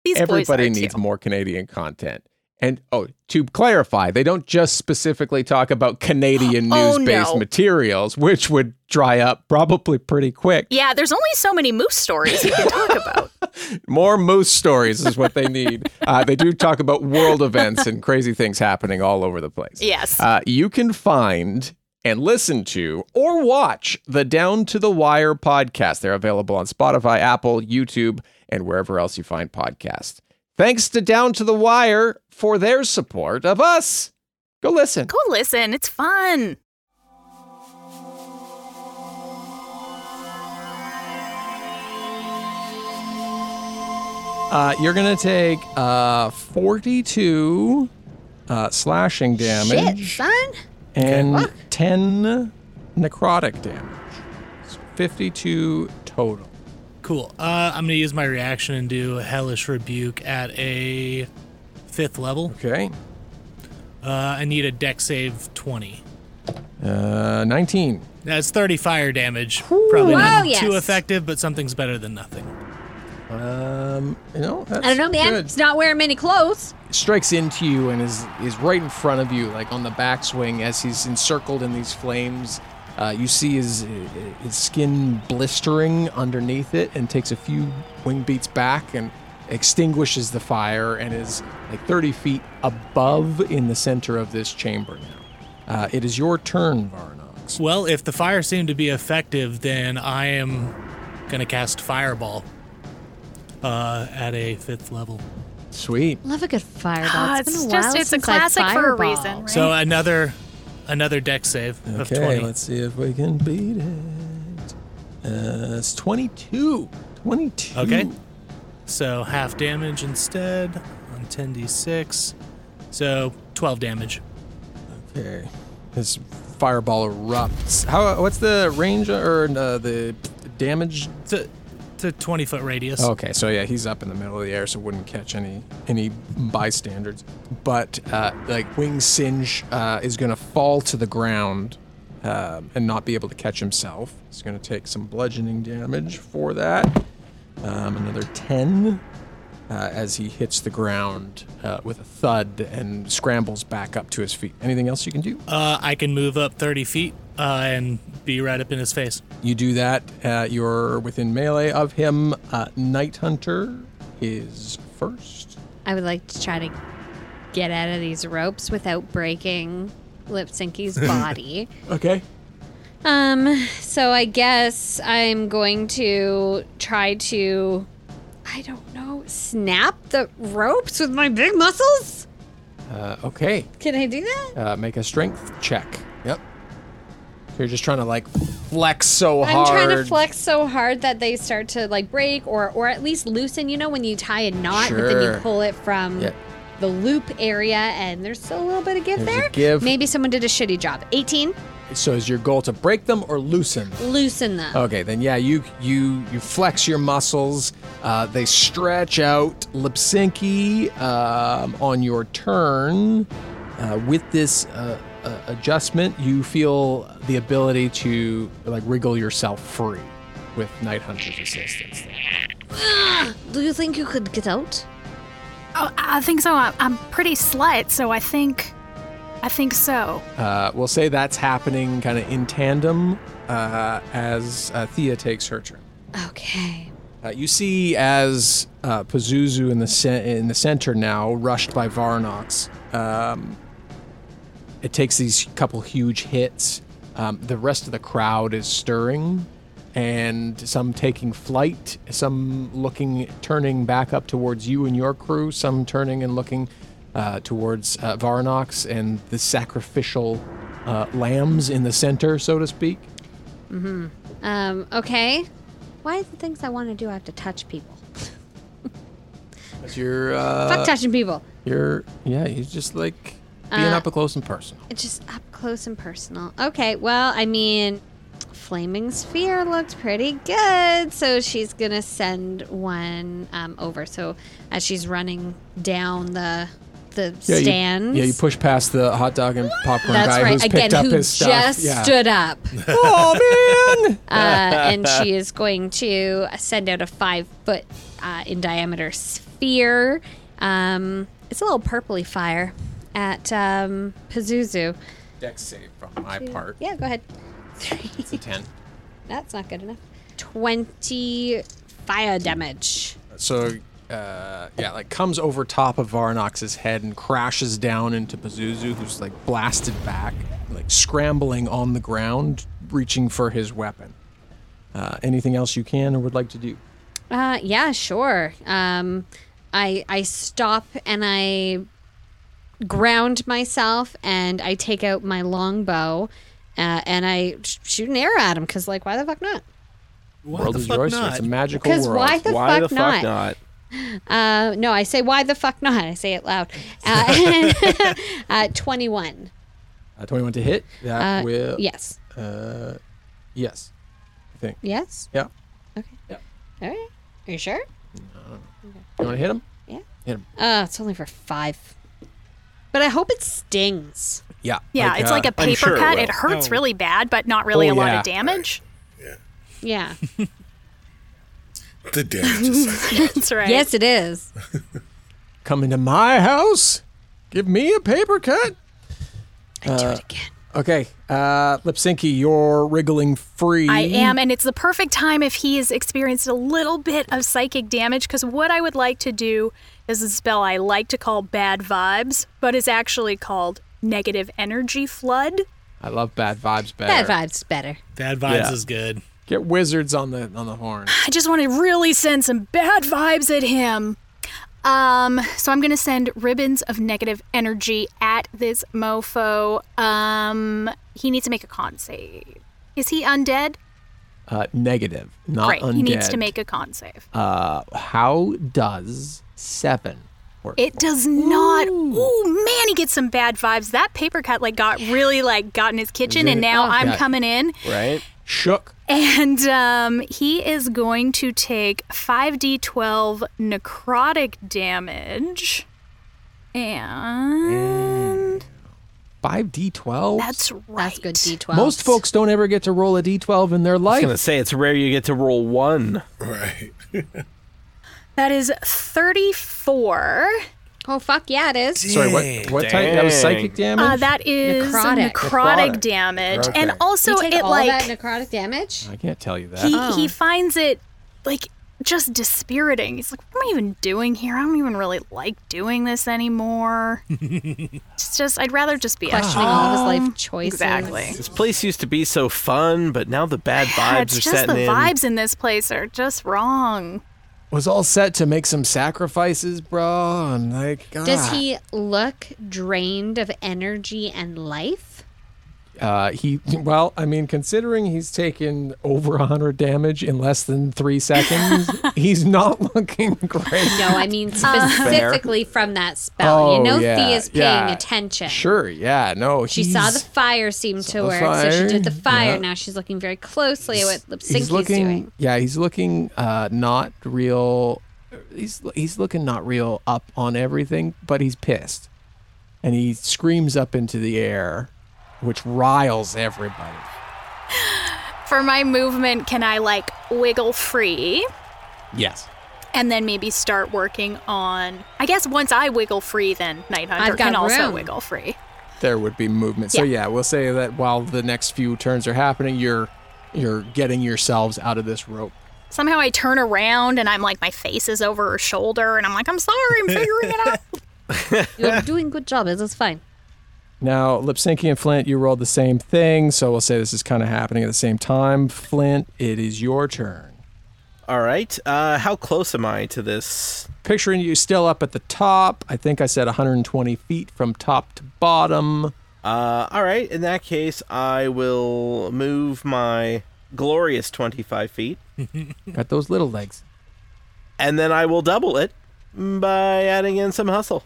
Speaker 8: these
Speaker 3: Everybody
Speaker 8: boys are
Speaker 3: needs
Speaker 8: too.
Speaker 3: more Canadian content. And oh, to clarify, they don't just specifically talk about Canadian
Speaker 8: Oh,
Speaker 3: news-based
Speaker 8: no.
Speaker 3: materials, which would dry up probably pretty quick.
Speaker 8: Yeah, there's only so many moose stories you can talk about.
Speaker 3: More moose stories is what they need. uh, they do talk about world events and crazy things happening all over the place.
Speaker 8: Yes.
Speaker 3: Uh, you can find and listen to or watch the Down to the Wire podcast. They're available on Spotify, Apple, YouTube, and wherever else you find podcasts. Thanks to Down to the Wire for their support of us. Go listen.
Speaker 8: Go listen. It's fun.
Speaker 3: Uh, you're going to take uh, 42 uh, slashing damage.
Speaker 5: Shit, son.
Speaker 3: and 10 necrotic damage. So 52 total.
Speaker 7: Cool. Uh, I'm going to use my reaction and do Hellish Rebuke at a fifth level.
Speaker 3: Okay.
Speaker 7: Uh, I need a deck save 20.
Speaker 3: Uh, 19.
Speaker 7: That's 30 fire damage. Probably
Speaker 5: Wow,
Speaker 7: not
Speaker 5: yes.
Speaker 7: too effective, but something's better than nothing.
Speaker 3: Um, you know, that's
Speaker 5: I don't know, man.
Speaker 3: good.
Speaker 5: He's not wearing many clothes.
Speaker 3: Strikes into you and is is right in front of you, like on the backswing as he's encircled in these flames. Uh, you see his his skin blistering underneath it, and takes a few wing beats back and extinguishes the fire, and is like 30 feet above in the center of this chamber now. Uh, it is your turn, Varnox.
Speaker 7: Well, if the fire seemed to be effective, then I am going to cast Fireball uh, at a fifth level.
Speaker 3: Sweet.
Speaker 5: Love a good fireball.
Speaker 8: Ah,
Speaker 5: it's
Speaker 8: it's
Speaker 5: been a
Speaker 8: just-
Speaker 5: while
Speaker 8: it's a
Speaker 5: since I've
Speaker 8: classic for a
Speaker 5: fireballed.
Speaker 8: reason, right?
Speaker 3: uh,
Speaker 7: So another another deck save of
Speaker 3: Okay,
Speaker 7: 20.
Speaker 3: let's see if we can beat it. Uh, it's 22. 22.
Speaker 7: Okay. So half damage instead on 10d6. So 12 damage.
Speaker 3: Okay. This fireball erupts. How? What's the range or uh, the damage? Oh,
Speaker 7: It's a, it's a 20 foot radius.
Speaker 3: Okay, so yeah, he's up in the middle of the air, so wouldn't catch any any bystanders. But uh, like wing singe uh, is gonna fall to the ground um, and not be able to catch himself. He's gonna take some bludgeoning damage for that. Um, another ten uh, as he hits the ground uh, with a thud and scrambles back up to his feet. Anything else you can do?
Speaker 7: Uh, I can move up 30 feet uh, and be right up in his face.
Speaker 3: You do that. Uh, you're within melee of him. Uh, Night Hunter is first.
Speaker 5: I would like to try to get out of these ropes without breaking Lipsinky's body.
Speaker 3: Okay.
Speaker 5: Um, so I guess I'm going to try to I don't know, snap the ropes with my big muscles?
Speaker 3: Uh, okay.
Speaker 5: Can I do that?
Speaker 3: Uh, make a strength check. Yep. So you're just trying to like flex so
Speaker 5: I'm
Speaker 3: hard.
Speaker 5: trying to flex so hard that they start to like break or or at least loosen, you know, when you tie a knot but then you
Speaker 3: Sure.
Speaker 5: pull it from
Speaker 3: Yeah.
Speaker 5: the loop area and there's still a little bit of give
Speaker 3: There's a
Speaker 5: there.
Speaker 3: give.
Speaker 5: Maybe someone did a shitty job. 18,
Speaker 3: So is your goal to break them or loosen? them?
Speaker 5: loosen them.
Speaker 3: Okay, then yeah, you you you flex your muscles. Uh, they stretch out. Lipsinki, um, on your turn, uh, with this uh, uh, adjustment, you feel the ability to like wriggle yourself free with Night Hunter's assistance.
Speaker 5: Do you think you could get out?
Speaker 8: Oh, I think so. I'm, I'm pretty slight, so I think, I think so.
Speaker 3: Uh, we'll say that's happening kind of in tandem uh, as uh, Thea takes her turn.
Speaker 5: Okay.
Speaker 3: Uh, you see, as uh, Pazuzu in the cen- in the center now, rushed by Varnox, um, it takes these couple huge hits. Um, the rest of the crowd is stirring, and some taking flight, some looking, turning back up towards you and your crew, some turning and looking uh, towards uh, Varnox and the sacrificial uh, lambs in the center, so to speak.
Speaker 5: hmm Um, okay. Why is the things I want to do I have to touch people?
Speaker 3: As you're, uh,
Speaker 5: Fuck touching people.
Speaker 3: You're, yeah, you just like being
Speaker 5: Uh,
Speaker 3: up close and personal.
Speaker 5: It's just up close and personal. Okay, well, I mean, Flaming Sphere looked pretty good, so she's gonna send one um, over. So as she's running down the the stands,
Speaker 3: Yeah, you push past the hot dog and popcorn
Speaker 5: That's
Speaker 3: guy
Speaker 5: right.
Speaker 3: who's
Speaker 5: Again,
Speaker 3: picked up
Speaker 5: who
Speaker 3: his stuff.
Speaker 5: just
Speaker 3: yeah.
Speaker 5: stood up.
Speaker 3: oh man!
Speaker 5: uh, and she is going to send out a five foot uh, in diameter sphere. Um, it's a little purpley fire at um, Pazuzu.
Speaker 3: Dex save from my part.
Speaker 5: Yeah, go ahead.
Speaker 3: It's a ten.
Speaker 5: That's not good enough. 20 fire damage.
Speaker 3: So, uh, yeah, like comes over top of Varnox's head and crashes down into Pazuzu, who's like blasted back, like scrambling on the ground, reaching for his weapon. Uh, anything else you can or would like to do?
Speaker 5: Uh, yeah, sure. Um, I I stop and I ground myself and I take out my longbow uh, and I sh- shoot an arrow at him because like why the fuck not?
Speaker 3: Why world is yours. It's a magical
Speaker 5: 'Cause
Speaker 3: world.
Speaker 5: why the Why fuck the fuck not? not? Uh, no, I say why the fuck not. I say it loud. Uh, uh, Twenty one.
Speaker 3: Uh, 21 to hit. That
Speaker 5: Uh,
Speaker 3: will.
Speaker 5: yes.
Speaker 3: Uh, yes. I think.
Speaker 5: Yes.
Speaker 3: Yeah.
Speaker 5: Okay. All right. Are you sure?
Speaker 3: You want to hit him?
Speaker 5: Yeah.
Speaker 3: Hit him.
Speaker 5: Uh, it's only for five. But I hope it stings.
Speaker 3: Yeah.
Speaker 8: Yeah, it's like
Speaker 3: uh,
Speaker 8: a paper cut. It hurts really bad, but not really
Speaker 3: Oh,
Speaker 8: a lot
Speaker 3: yeah.
Speaker 8: of damage.
Speaker 5: Yeah.
Speaker 9: The damage is
Speaker 8: That's right.
Speaker 5: Yes, it is.
Speaker 3: Come into my house. Give me a paper cut. I do it
Speaker 5: again.
Speaker 3: Okay. Uh, Lipsinki, you're wriggling free.
Speaker 8: I am, and it's the perfect time if he has experienced a little bit of psychic damage. Because what I would like to do is a spell I like to call bad vibes, but it's actually called negative energy flood.
Speaker 3: I love bad vibes better.
Speaker 5: Bad vibes better.
Speaker 7: Bad vibes
Speaker 3: Yeah.
Speaker 7: is good.
Speaker 3: Get wizards on the on the horn.
Speaker 8: I just want to really send some bad vibes at him. Um, so I'm gonna send ribbons of negative energy at this mofo. Um, he needs to make a con save. Is he undead?
Speaker 3: Uh, negative, not
Speaker 8: Great.
Speaker 3: undead.
Speaker 8: He needs to make a con save.
Speaker 3: Uh, how does seven work?
Speaker 8: It does not. Ooh, man, he gets some bad vibes. That paper cut like got really like got in his kitchen, and
Speaker 4: Oh,
Speaker 8: now I'm
Speaker 3: Yeah.
Speaker 8: coming in.
Speaker 1: Right?
Speaker 3: Shook.
Speaker 8: And um, he is going to take 5d12 necrotic damage. And
Speaker 3: Five d12.
Speaker 8: that's right.
Speaker 5: That's good D12.
Speaker 3: Most folks don't ever get to roll a d12 in their
Speaker 1: I was
Speaker 3: life.
Speaker 1: going to say, it's rare you get to roll one.
Speaker 9: Right.
Speaker 8: That is 34.
Speaker 5: Oh fuck yeah, it is.
Speaker 3: Sorry, what? What type? That was psychic damage.
Speaker 8: Uh, that is necrotic,
Speaker 5: Necrotic.
Speaker 3: Necrotic.
Speaker 8: damage.
Speaker 3: Okay.
Speaker 8: And also,
Speaker 5: you take
Speaker 8: it
Speaker 5: all
Speaker 8: like.
Speaker 5: that necrotic damage.
Speaker 3: I can't tell you that.
Speaker 8: he
Speaker 5: Oh.
Speaker 8: he finds it like just dispiriting. He's like, "What am I even doing here? I don't even really like doing this anymore." it's just, I'd rather just be at
Speaker 5: Questioning all of his
Speaker 8: home."
Speaker 5: life choices.
Speaker 8: Exactly.
Speaker 1: This place used to be so fun, but now the bad
Speaker 8: Yeah,
Speaker 1: vibes
Speaker 8: it's
Speaker 1: are
Speaker 8: just the
Speaker 1: setting in.
Speaker 8: vibes in this place are just wrong.
Speaker 3: was all set to make some sacrifices, bro. And like, God.
Speaker 5: Does he look drained of energy and life?
Speaker 3: Uh, he. Well, I mean, considering he's taken over hundred damage in less than three seconds, he's not looking great.
Speaker 5: No, I
Speaker 8: Uh-huh.
Speaker 5: mean specifically from that spell.
Speaker 3: Oh,
Speaker 5: you know,
Speaker 3: yeah,
Speaker 5: Thea's paying
Speaker 3: yeah.
Speaker 5: attention.
Speaker 3: Sure. Yeah. No.
Speaker 5: She saw the
Speaker 3: he's-
Speaker 5: fire seem to
Speaker 3: the
Speaker 5: work, so she did the
Speaker 3: fire,
Speaker 5: fire.
Speaker 3: yeah.
Speaker 5: Now she's looking very closely at what
Speaker 3: he's
Speaker 5: Lipsinki's
Speaker 3: looking.
Speaker 5: doing.
Speaker 3: Yeah, he's looking uh, not real. He's he's looking not real up on everything, but he's pissed, and he screams up into the air, which riles everybody.
Speaker 8: For my movement, can I like wiggle free
Speaker 3: Yes.
Speaker 8: and then maybe start working on? I guess once I wiggle free, then Night Hunter
Speaker 5: I've got
Speaker 8: can also
Speaker 5: room.
Speaker 8: wiggle free.
Speaker 3: there would be movement. So yeah, we'll say that while the next few turns are happening, you're you're getting yourselves out of this rope
Speaker 8: Somehow I turn around and I'm like, my face is over her shoulder, and I'm like, I'm sorry, I'm figuring it out.
Speaker 5: You're doing good job. This is fine.
Speaker 3: Now, Lipsinki and Flint, you rolled the same thing, so we'll say this is kind of happening at the same time. Flint, it is your turn.
Speaker 1: All right. Uh, how close am I to this?
Speaker 3: Picturing you still up at the top. I think I said 120 feet from top to bottom.
Speaker 1: Uh, all right. In that case, I will move my glorious 25 feet,
Speaker 3: Got those little legs.
Speaker 1: and then I will double it by adding in some hustle.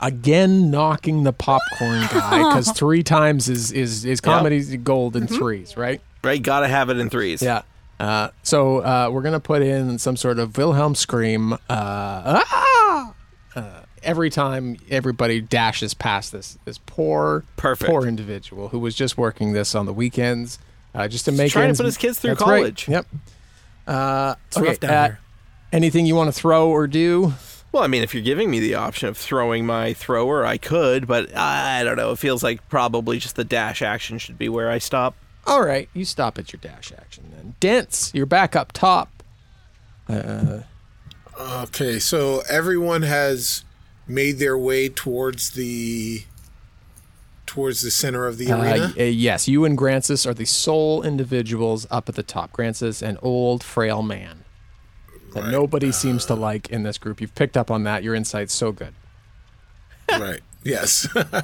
Speaker 3: Again, knocking the popcorn guy because three times is is is comedy's gold in threes, right?
Speaker 1: Right? Gotta have it in threes.
Speaker 3: Yeah. Uh, so uh, we're gonna put in some sort of Wilhelm scream uh, ah! uh, every time everybody dashes past this this poor
Speaker 1: Perfect.
Speaker 3: poor individual who was just working this on the weekends uh, just to make
Speaker 1: trying to
Speaker 3: ends-
Speaker 1: put his kids through
Speaker 3: That's right.
Speaker 1: college.
Speaker 3: Yep. Uh, okay.
Speaker 7: rough down
Speaker 3: uh,
Speaker 7: there.
Speaker 3: Anything you want to throw or do?
Speaker 1: Well, I mean, if you're giving me the option of throwing my thrower, I could, but I don't know. It feels like probably just the dash action should be where I stop.
Speaker 3: All right, you stop at your dash action then. Dents, you're back up top.
Speaker 9: Okay, so everyone has made their way towards the towards the center of the
Speaker 3: Uh,
Speaker 9: arena.
Speaker 3: y- uh, yes, you and Grancis are the sole individuals up at the top. Grancis, an old, frail man that nobody seems to like in this group. You've picked up on that. Your insight's so good.
Speaker 9: right. Yes. um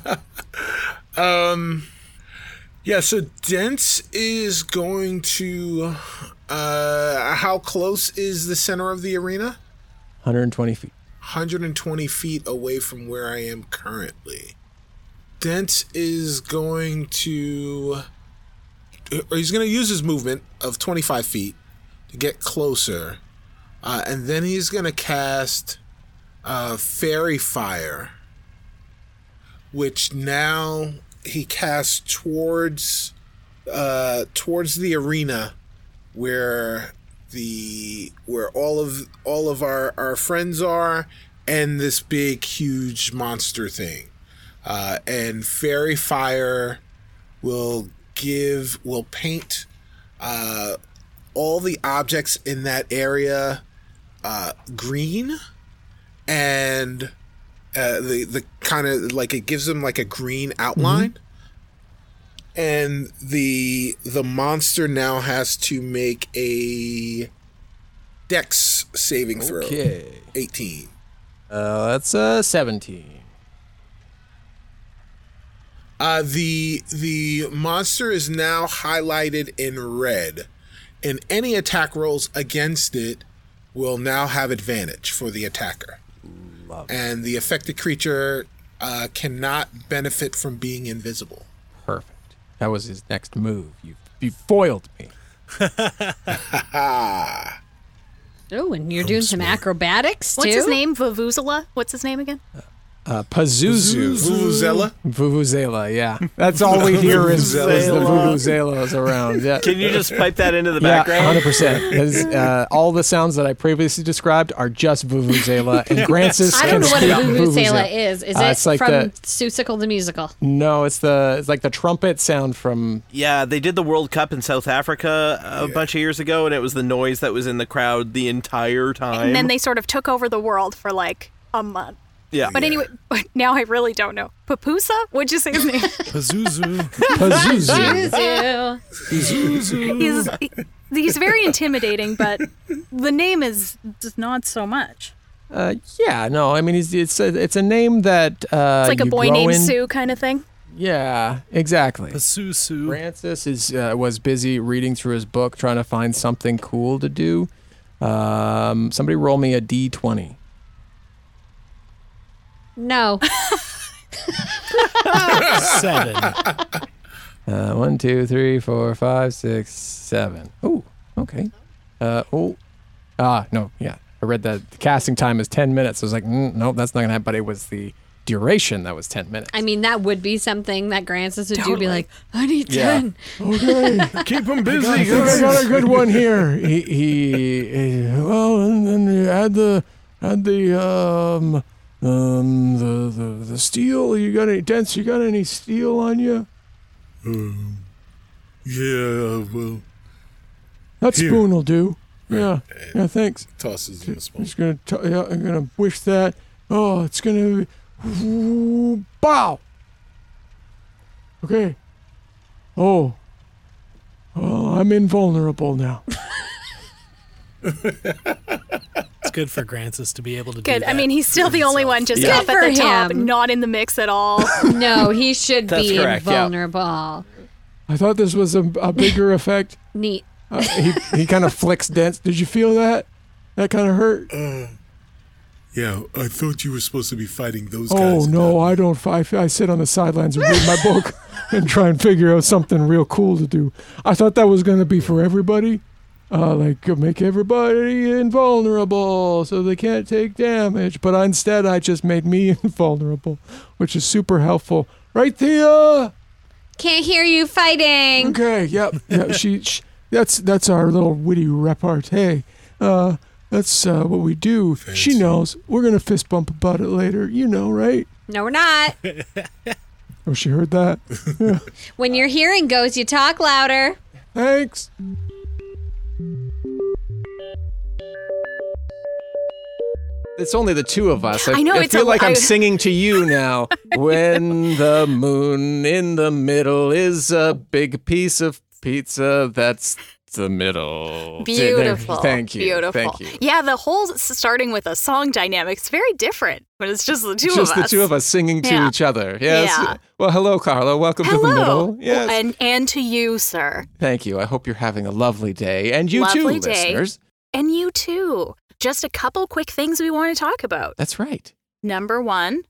Speaker 9: yeah, so Dents is going to uh how close is the center of the arena?
Speaker 3: 120 feet.
Speaker 9: 120 feet away from where I am currently. Dent is going to. or He's going to use his movement of 25 feet to get closer. Uh, and then he's going to cast uh, Fairy Fire, which now he casts towards. Uh, towards the arena where the where all of all of our our friends are and this big huge monster thing uh, and fairy fire will give will paint uh, all the objects in that area uh, green and uh, the the kind of like it gives them like a green outline and the the monster now has to make a dex saving throw
Speaker 3: Okay.
Speaker 9: 18
Speaker 3: Uh, that's uh, 17.
Speaker 9: uh the the monster is now highlighted in red and any attack rolls against it will now have advantage for the attacker and the affected creature uh, cannot benefit from being invisible
Speaker 3: Perfect. That was his next move. You, you foiled me.
Speaker 5: Oh, and you're doing some acrobatics too.
Speaker 8: What's his name? Vavuzela? What's his name again?
Speaker 3: Uh, Pazuzu.
Speaker 9: Vuvuzela?
Speaker 3: Vuvuzela, yeah. That's all we hear is, is the Vuvuzelas around. Yeah.
Speaker 1: Can you just pipe that into the
Speaker 3: Yeah,
Speaker 1: background?
Speaker 3: hundred percent. Uh, all the sounds that I previously described are just vuvuzela, and Grancis
Speaker 5: I
Speaker 3: can
Speaker 5: don't know what a
Speaker 3: shout
Speaker 5: vuvuzela is. Is
Speaker 3: Uh,
Speaker 5: it
Speaker 3: it's like
Speaker 5: from
Speaker 3: the-
Speaker 5: Susicle the musical?
Speaker 3: No, it's the it's like the trumpet sound from.
Speaker 1: Yeah, they did the World Cup in South Africa a bunch of years ago, and it was the noise that was in the crowd the entire time.
Speaker 8: And then they sort of took over the world for like a month.
Speaker 1: yeah.
Speaker 8: But anyway, now I really don't know. Papusa? What'd you say his name?
Speaker 7: Pazuzu.
Speaker 3: Pazuzu.
Speaker 5: Zuzu.
Speaker 8: he's he's very intimidating, but the name is not so much.
Speaker 3: Uh, yeah, no, I mean it's it's a, it's a name that uh,
Speaker 8: It's like a
Speaker 3: you
Speaker 8: boy
Speaker 3: grow
Speaker 8: named
Speaker 3: in-
Speaker 8: Sue kind of thing.
Speaker 3: Yeah, exactly.
Speaker 7: Pazuzu.
Speaker 3: Francis is uh, was busy reading through his book, trying to find something cool to do. Um, somebody roll me a d twenty.
Speaker 5: No.
Speaker 7: Seven.
Speaker 3: Uh, one, two, three, four, five, six, seven. Oh, okay. Uh, oh, ah, no, yeah. I read that the casting time is ten minutes. I was like, mm, no, that's not gonna happen. But it was the duration that was ten minutes.
Speaker 5: I mean, that would be something that Grancis would do. Be like, I need
Speaker 3: Yeah.
Speaker 5: ten.
Speaker 4: Okay.
Speaker 1: Keep them busy.
Speaker 4: I think I got a good one here.
Speaker 3: he, he, eh, well, and then you add the, add the, um, um, the, the, the steel. You got any dents? You got any steel on you?
Speaker 2: Yeah, well,
Speaker 4: That
Speaker 2: Here.
Speaker 4: spoon will do. Yeah. Yeah. Thanks.
Speaker 9: Tosses him a small.
Speaker 4: I'm just gonna. T- yeah, I'm gonna wish that. Oh, it's gonna. Ooh, Bow. Okay. Oh. Oh, I'm invulnerable now.
Speaker 7: It's good for Grancis to be able to do
Speaker 8: Good.
Speaker 7: that.
Speaker 8: I mean, he's still
Speaker 7: for
Speaker 8: the only
Speaker 7: himself.
Speaker 8: one just
Speaker 5: Yeah.
Speaker 8: up
Speaker 5: Good
Speaker 8: at the
Speaker 5: for
Speaker 8: top,
Speaker 5: him.
Speaker 8: not in the mix at all.
Speaker 5: No, he should
Speaker 1: That's
Speaker 5: be
Speaker 1: correct, yeah.
Speaker 5: invulnerable.
Speaker 4: I thought this was a, a bigger effect.
Speaker 5: Neat.
Speaker 4: Uh, he he kind of flicks dents. Did you feel that? That kind of hurt.
Speaker 2: Yeah, I thought you were supposed to be fighting those guys.
Speaker 4: Oh no, I don't. I, I sit on the sidelines and read my book and try and figure out something real cool to do. I thought that was gonna be for everybody, uh, like make everybody invulnerable so they can't take damage. But instead, I just made me invulnerable, which is super helpful. Right, Thea?
Speaker 5: Can't hear you fighting.
Speaker 4: Okay. Yep. Yeah. she, sh That's that's our little witty repartee. Uh, that's uh, what we do. She knows. We're gonna fist bump about it later. You know, right?
Speaker 5: No, we're not.
Speaker 4: Oh, she heard that.
Speaker 5: When your hearing goes, you talk louder.
Speaker 4: Thanks.
Speaker 3: It's only the two of us. I,
Speaker 8: I know,
Speaker 3: I
Speaker 8: it's
Speaker 3: feel
Speaker 8: a-
Speaker 3: like
Speaker 8: I-
Speaker 3: I'm singing to you now. when the moon in the middle is a big piece of pizza, that's the middle. Th- there-
Speaker 8: Beautiful.
Speaker 3: Thank you.
Speaker 8: Beautiful.
Speaker 3: Thank you.
Speaker 8: Yeah, the whole s- starting with a song dynamic is very different, but it's just the two
Speaker 3: Just
Speaker 8: of
Speaker 3: the
Speaker 8: us.
Speaker 3: two of us singing to
Speaker 8: Yeah.
Speaker 3: each other. Yes.
Speaker 8: Yeah.
Speaker 3: Well, hello, Carla. Welcome to the
Speaker 8: Hello.
Speaker 3: middle. Yes.
Speaker 8: And and to you, sir.
Speaker 3: Thank you. I hope you're having a lovely day. And you too,
Speaker 8: Lovely day.
Speaker 3: listeners.
Speaker 8: And you too. Just a couple quick things we want to talk about.
Speaker 3: That's right.
Speaker 8: Number one,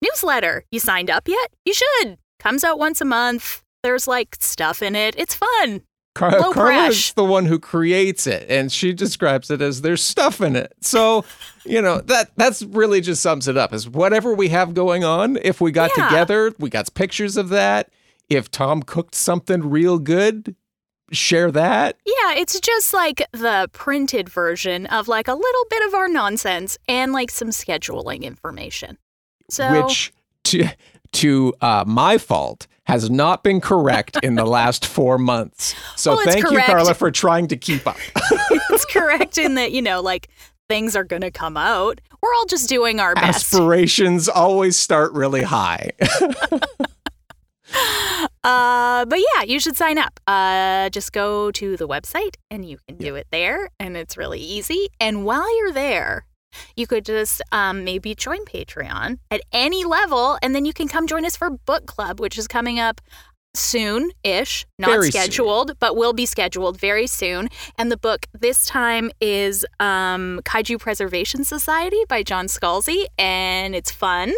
Speaker 8: newsletter. You signed up yet? You should. Comes out once a month. There's like stuff in it. It's fun.
Speaker 3: Car-
Speaker 8: Low
Speaker 3: Carla's
Speaker 8: crash.
Speaker 3: the one who creates it, and she describes it as there's stuff in it. So, you know that that's really just sums it up. Is whatever we have going on. If we got
Speaker 8: Yeah.
Speaker 3: together, we got pictures of that. If Tom cooked something real good, share that.
Speaker 8: Yeah, it's just like the printed version of like a little bit of our nonsense and like some scheduling information. So
Speaker 3: which to to uh, my fault has not been correct in the last four months. So
Speaker 8: Well, it's
Speaker 3: thank you,
Speaker 8: correct.
Speaker 3: Carla, for trying to keep up.
Speaker 8: it's correct in that, you know, like things are going to come out. We're all just doing our best.
Speaker 3: Aspirations always start really high.
Speaker 8: Uh, but yeah, you should sign up. Uh, just go to the website and you can do it there, and it's really easy. And while you're there, you could just um, maybe join Patreon at any level, and then you can come join us for book club, which is coming up soon ish, not
Speaker 3: Very soon.
Speaker 8: scheduled, but will be scheduled very soon. And the book this time is um, Kaiju Preservation Society by John Scalzi, and it's fun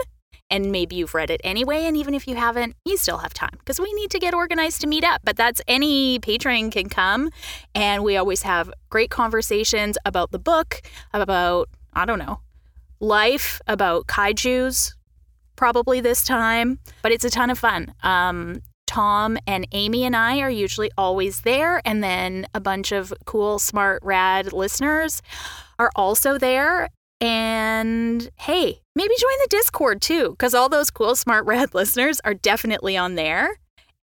Speaker 8: and maybe you've read it anyway. And even if you haven't, you still have time because we need to get organized to meet up. But that's any patron can come, and we always have great conversations about the book, about I don't know, life, about kaiju's, probably this time. But it's a ton of fun. Um, Tom and Amy and I are usually always there, and then a bunch of cool, smart, rad listeners are also there. And hey, maybe join the Discord too, because all those cool, smart, rad listeners are definitely on there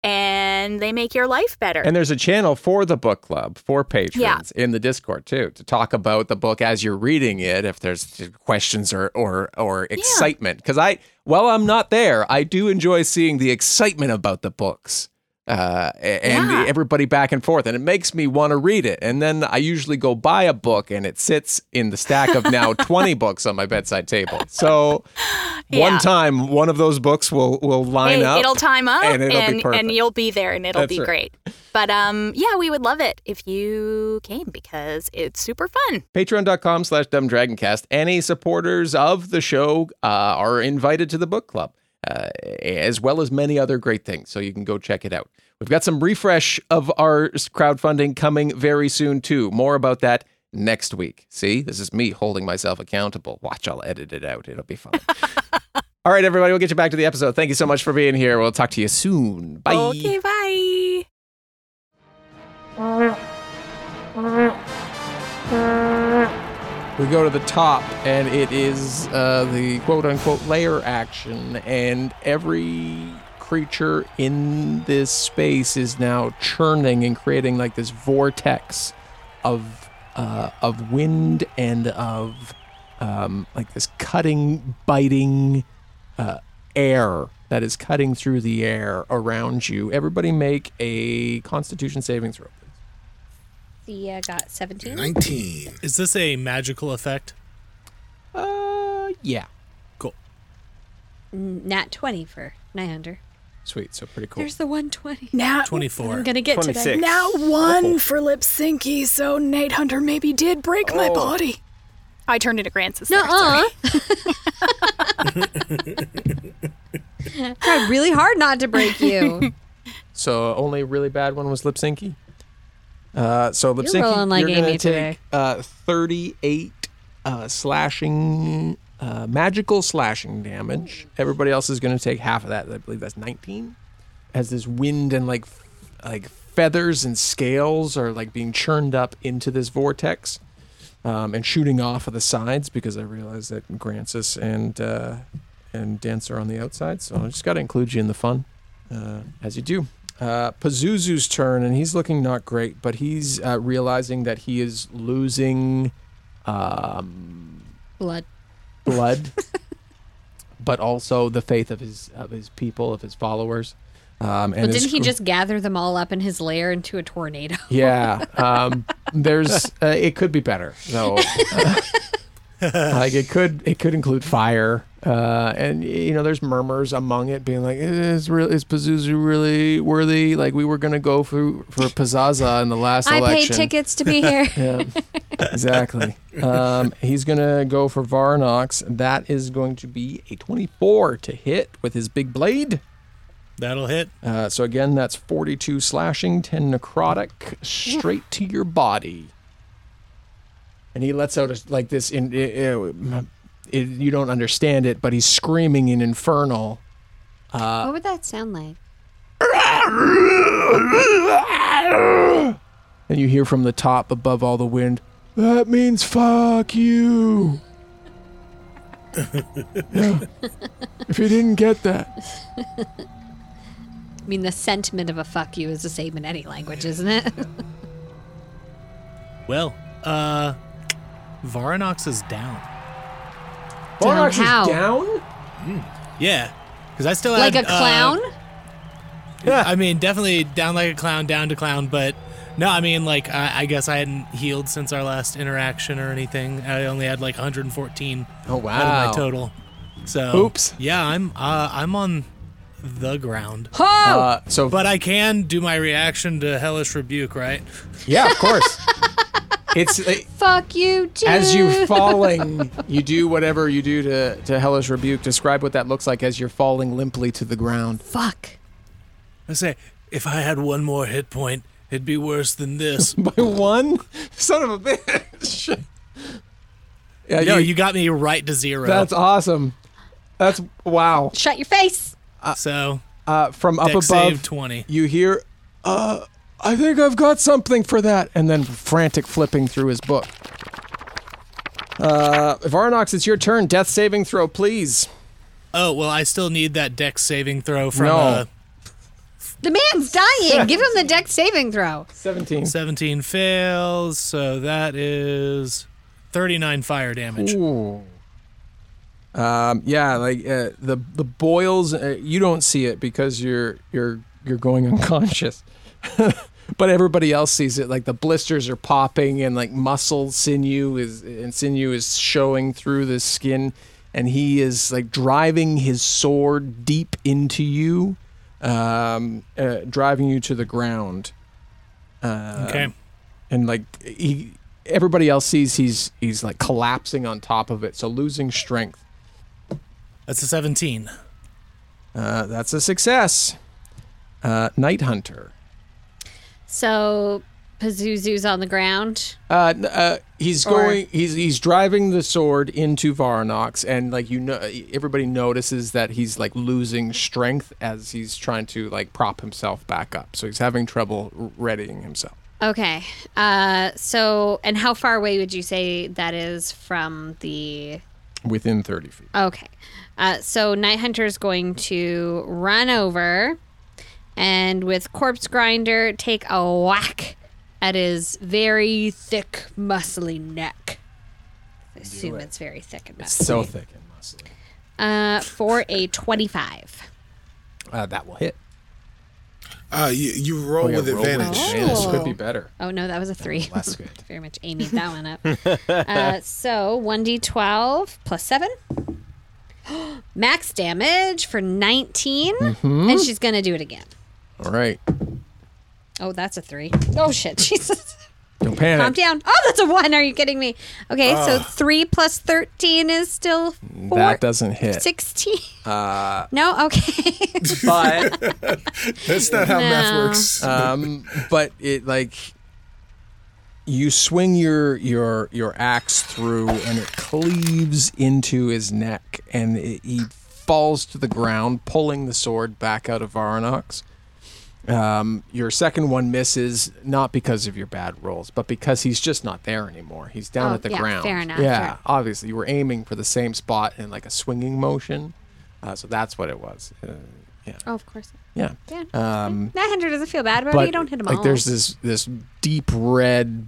Speaker 8: and they make your life better.
Speaker 3: and there's a channel for the book club for patrons
Speaker 8: Yeah.
Speaker 3: in the Discord too to talk about the book as you're reading it. If there's questions or or or excitement, because I while I'm not there, I do enjoy seeing the excitement about the books. Uh, a- and
Speaker 8: Yeah.
Speaker 3: everybody back and forth, and it makes me want to read it. And then I usually go buy a book, and it sits in the stack of now twenty books on my bedside table. So
Speaker 8: Yeah.
Speaker 3: one time, one of those books will will line
Speaker 8: Hey,
Speaker 3: up.
Speaker 8: It'll time up
Speaker 3: and
Speaker 8: and,
Speaker 3: it'll be
Speaker 8: and,
Speaker 3: perfect.
Speaker 8: you'll be there and it'll
Speaker 3: That's
Speaker 8: be
Speaker 3: right.
Speaker 8: great. But um yeah, we would love it if you came because it's super fun.
Speaker 3: patreon.com slash dumbdragoncast any supporters of the show uh, are invited to the book club uh, as well as many other great things so you can go check it out we've got some refresh of our s- crowdfunding coming very soon too more about that next week see this is me holding myself accountable watch i'll edit it out it'll be fun all right everybody we'll get you back to the episode thank you so much for being here we'll talk to you soon bye
Speaker 8: Okay, bye.
Speaker 3: We go to the top, and it is uh, the quote unquote layer action, and every creature in this space is now churning and creating like this vortex of uh, of wind and of um, like this cutting, biting uh, air that is cutting through the air around you. Everybody make a Constitution saving throw.
Speaker 5: Thea got 17.
Speaker 9: 19.
Speaker 7: Is this a magical effect?
Speaker 3: Uh, yeah,
Speaker 5: Mm, Nat 20 for Nyander.
Speaker 3: sweet. So pretty cool.
Speaker 5: There's the 120.
Speaker 8: Now,
Speaker 7: 24.
Speaker 5: I'm going to get to
Speaker 1: 26.
Speaker 5: that.
Speaker 8: now one for lip syncy, so Nate Hunter maybe did break my body. I turned into Grant's sister.
Speaker 5: Nuh uh. Tried really hard not to break you.
Speaker 3: So only really bad one was Lipsinki. Uh, so Lipsinki, you're,
Speaker 5: rolling like
Speaker 3: gonna
Speaker 5: Amy
Speaker 3: take
Speaker 5: today.
Speaker 3: uh, 38 uh, slashing, uh, magical slashing damage. Everybody else is gonna take half of that. I believe that's 19. As this wind and like, f- like feathers and scales are like being churned up into this vortex. Um, and shooting off of the sides because I realize that Grancis and uh, and Dance are on the outside, so I just got to include you in the fun uh, as you do. Uh, Pazuzu's turn, and he's looking not great, but he's uh, realizing that he is losing um,
Speaker 5: Blood.
Speaker 3: blood, but also the faith of his of his people, of his followers. Um, and
Speaker 5: But
Speaker 3: is
Speaker 5: didn't he
Speaker 3: scr-
Speaker 5: just gather them all up in his lair into a tornado?
Speaker 3: yeah. Um, there's. Uh, it could be better though. like it could. It could include fire. Uh, and you know, there's murmurs among it, being like, "Is real? Is Pazuzu really worthy? Like we were gonna go for for Pazaza in the last
Speaker 5: I paid
Speaker 3: election."
Speaker 5: tickets to be here.
Speaker 3: Yeah, exactly. Um, he's gonna go for Varnox. That is going to be a 24 to hit with his big blade.
Speaker 7: That'll hit.
Speaker 3: Uh, so again, that's 42 slashing, 10 necrotic, straight to your body. And he lets out a, like this. In i i- it- you don't understand it, but he's screaming in infernal. Uh,
Speaker 5: what would that sound like?
Speaker 3: And you hear from the top above all the wind, "Uh, that means fuck you. Yeah. If you didn't get that,
Speaker 5: I mean, the sentiment of a fuck you is the same in any language, isn't it?
Speaker 7: Well, uh, Varanox is down.
Speaker 3: Varnox is
Speaker 5: how?
Speaker 3: down.
Speaker 7: Yeah, because I still
Speaker 5: like a
Speaker 7: had, uh,
Speaker 5: clown?
Speaker 7: I mean, definitely down like a clown, down to clown. But no, I mean, like I, I guess I hadn't healed since our last interaction or anything. I only had like 114
Speaker 3: Oh wow!
Speaker 7: out of my total. So
Speaker 3: Oops.
Speaker 7: Yeah, I'm uh, I'm on the ground,
Speaker 5: oh!
Speaker 3: Uh, so
Speaker 7: but I can do my reaction to hellish rebuke, right?
Speaker 3: yeah, of course. it's it-
Speaker 5: fuck you, too.
Speaker 3: as you falling, you do whatever you do to, to Hellish Rebuke. Describe what that looks like as you're falling limply to the ground.
Speaker 5: Fuck.
Speaker 7: I say, if I had one more hit point, it'd be worse than this.
Speaker 3: By one? Son of a bitch. Yeah,
Speaker 7: no,
Speaker 3: you-
Speaker 7: you got me right to zero.
Speaker 3: that's awesome. That's wow.
Speaker 5: Shut your face.
Speaker 7: so
Speaker 3: Uh, from up
Speaker 7: deck
Speaker 3: above,
Speaker 7: save 20.
Speaker 3: you hear, uh, I think I've got something for that. And then frantic flipping through his book. Uh, Varnox, it's your turn. Death saving throw, please.
Speaker 7: Oh well, I still need that deck saving throw from
Speaker 3: No.
Speaker 7: uh,
Speaker 5: The man's dying. Give him the deck saving throw.
Speaker 3: 17.
Speaker 7: 17 fails, so that is 39 fire damage.
Speaker 3: Ooh. Um, yeah, like uh, the the boils. Uh, you don't see it because you're you're you're going unconscious, but everybody else sees it. Like the blisters are popping, and like muscle sinew is and sinew is showing through the skin, and he is like driving his sword deep into you, um, uh, driving you to the ground Um,
Speaker 7: Okay.
Speaker 3: and like he everybody else sees he's he's like collapsing on top of it so losing strength
Speaker 7: That's a 17.
Speaker 3: uh, that's a success uh, night hunter
Speaker 5: So Pazuzu's on the ground.
Speaker 3: uh, n- uh, he's
Speaker 5: Or-
Speaker 3: going he's he's driving the sword into varnox and like you know everybody notices that he's like losing strength as he's trying to like prop himself back up so he's having trouble r- readying himself
Speaker 5: Okay. Uh, so, and how far away would you say that is from the.
Speaker 3: within 30 feet
Speaker 5: Okay. Uh, so Night Hunter's going to run over and with Corpse Grinder take a whack at his very thick, muscly neck. I assume it's very thick and muscly.
Speaker 3: So thick and muscly.
Speaker 5: Uh, for a 25.
Speaker 3: Uh, that will hit.
Speaker 9: Uh, you, you roll
Speaker 3: Oh, yeah,
Speaker 9: with
Speaker 3: roll with
Speaker 9: advantage.
Speaker 3: advantage. Could be
Speaker 5: Oh.
Speaker 3: better.
Speaker 5: Oh, no, that was a three.
Speaker 3: Less good.
Speaker 5: Very much Amy that one up. uh, so 1d12 plus 7. Max damage for 19.
Speaker 3: Mm-hmm.
Speaker 5: And she's going to do it again.
Speaker 3: All right.
Speaker 5: Oh, that's a three. Oh, shit. Jesus.
Speaker 3: Don't panic.
Speaker 5: Calm down. Oh, that's a one. Are you kidding me? Okay,
Speaker 3: Ah.
Speaker 5: so three plus 13 is still four.
Speaker 3: That doesn't hit. Uh,
Speaker 5: 16. no, okay.
Speaker 3: But
Speaker 9: That's not how math
Speaker 5: No.
Speaker 9: works.
Speaker 3: um, but it like you swing your your your axe through and it cleaves into his neck and it, he falls to the ground, pulling the sword back out of Varanox. Um, your second one misses not because of your bad rolls, but because he's just not there anymore. He's down
Speaker 5: Oh,
Speaker 3: at the
Speaker 5: yeah,
Speaker 3: ground.
Speaker 5: fair enough,
Speaker 3: Yeah,
Speaker 5: sure.
Speaker 3: obviously you were aiming for the same spot in like a swinging motion, uh, so that's what it was. Uh, yeah,
Speaker 5: oh, of course.
Speaker 3: yeah.
Speaker 5: Yeah.
Speaker 3: Um,
Speaker 5: that Hunter doesn't feel bad about it. You don't hit him
Speaker 3: like
Speaker 5: all.
Speaker 3: there's this this deep red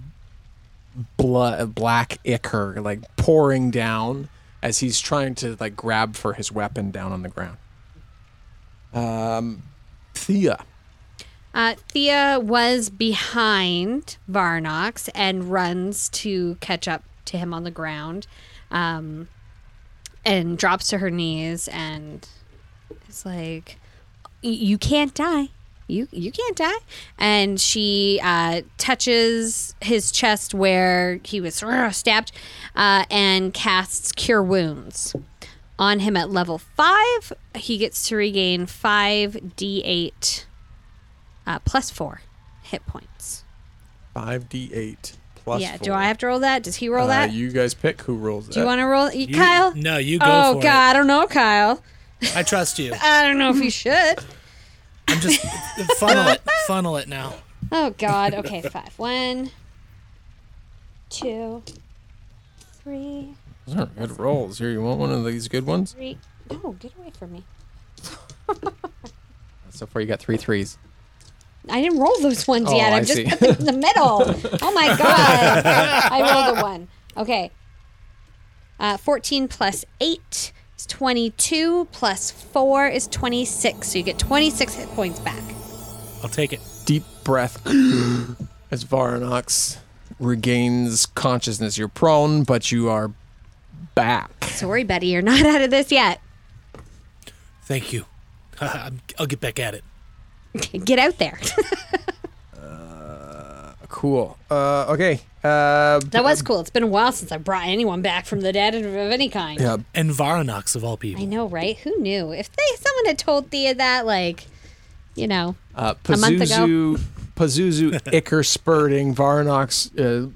Speaker 3: blood black ichor like pouring down as he's trying to like grab for his weapon down on the ground um thea
Speaker 5: Uh, Thea was behind Varnox and runs to catch up to him on the ground um, and drops to her knees and is like, "Y- You can't die. You, you can't die. And she uh, touches his chest where he was stabbed uh, and casts Cure Wounds on him at level five. He gets to regain 5d8 uh, plus four hit points.
Speaker 3: 5d8 plus
Speaker 5: yeah, do
Speaker 3: four.
Speaker 5: I have to roll that? Does he roll
Speaker 3: Uh,
Speaker 5: that?
Speaker 3: you guys pick who rolls
Speaker 5: do you
Speaker 3: that.
Speaker 5: want to roll you,
Speaker 7: uh, You-
Speaker 5: Kyle?
Speaker 7: No, you go
Speaker 5: oh,
Speaker 7: for
Speaker 5: God, I don't know, Kyle.
Speaker 7: it. I trust you.
Speaker 5: I don't know if you should.
Speaker 7: I'm just funnel it. Funnel it now.
Speaker 5: Oh, God. Okay, five. One, two, three,
Speaker 3: Those are good rolls here you want one of these good ones
Speaker 5: three. No, get away from me.
Speaker 3: so far you got three threes
Speaker 5: I didn't roll those ones
Speaker 3: Oh,
Speaker 5: yet.
Speaker 3: I
Speaker 5: I just
Speaker 3: see.
Speaker 5: put them in the middle. Oh, my God. I rolled a one. Okay. Uh, 14 plus 8 is 22, plus 4 is 26. So you get 26 hit points back.
Speaker 7: I'll take it.
Speaker 3: deep breath as Varanox regains consciousness. You're prone, but you are back.
Speaker 5: Sorry, Betty, you're not out of this yet.
Speaker 7: Thank you. I'm- I'll get back at it.
Speaker 5: Get out there.
Speaker 3: Cool. Uh, okay. Uh,
Speaker 5: that was cool. It's been a while since I brought anyone back from the dead of any kind.
Speaker 3: yeah.
Speaker 7: And Varanox of all people.
Speaker 5: I know, right? Who knew? If they someone had told Thea that, like, you know,
Speaker 3: Uh,
Speaker 5: A month ago.
Speaker 3: Pazuzu, Pazuzu, Icker spurting, Varnox, uh,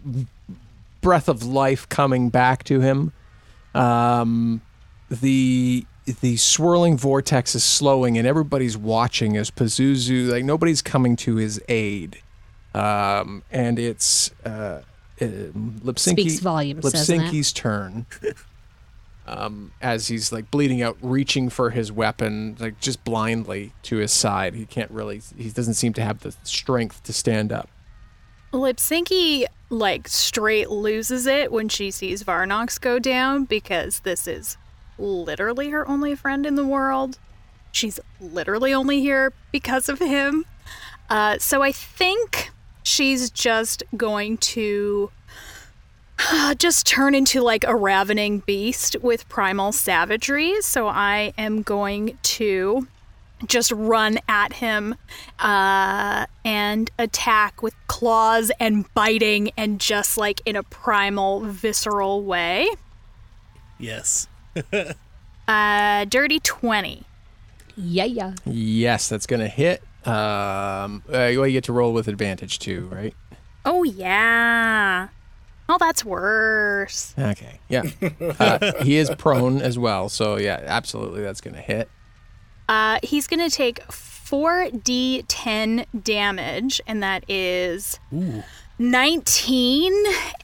Speaker 3: breath of life coming back to him. Um, the the swirling vortex is slowing, and everybody's watching as Pazuzu, like nobody's coming to his aid. Um, and it's uh, uh, Lipsinki,
Speaker 5: Speaks volumes, doesn't it?
Speaker 3: Lipsinki's turn. Um, as he's like bleeding out, reaching for his weapon, like just blindly to his side. He can't really. He doesn't seem to have the strength to stand up.
Speaker 8: Lipsinki like straight loses it when she sees Varnox go down because this is literally her only friend in the world. She's literally only here because of him. Uh, so I think she's just going to just turn into like a ravening beast with primal savagery. So I am going to just run at him uh, and attack with claws and biting and just like in a primal, visceral way.
Speaker 7: Yes.
Speaker 8: Uh, dirty 20.
Speaker 5: yeah, yeah.
Speaker 3: Yes, that's gonna hit. Um, uh, well, you get to roll with advantage too, right?
Speaker 8: Oh, yeah. Oh, that's worse.
Speaker 3: Okay. Yeah. Uh, he is prone as well, so yeah, absolutely, that's gonna hit.
Speaker 8: Uh, he's going to take 4d10 damage, and that is 19.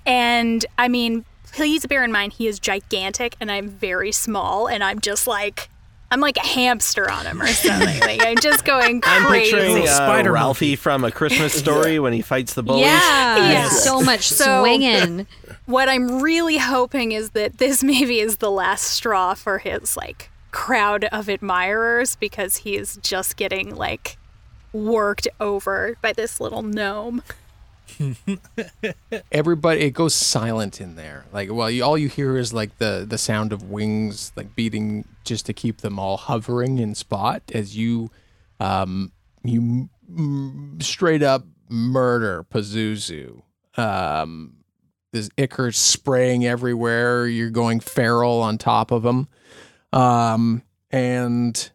Speaker 8: And I mean, please bear in mind, he is gigantic and I'm very small, and I'm just like I'm like a hamster on him or something. like I'm just going
Speaker 1: I'm
Speaker 8: crazy.
Speaker 1: picturing uh,
Speaker 7: Spider
Speaker 1: Ralphie from A Christmas Story when he fights the bullies.
Speaker 5: Yeah,
Speaker 8: Yes.
Speaker 5: so much
Speaker 8: So-
Speaker 5: swinging.
Speaker 8: what I'm really hoping is that this maybe is the last straw for his like crowd of admirers because he is just getting like worked over by this little gnome.
Speaker 3: everybody it goes silent in there like well you, all you hear is like the the sound of wings like beating just to keep them all hovering in spot as you um you m- m- straight up murder pazuzu um there's ichor spraying everywhere you're going feral on top of them um and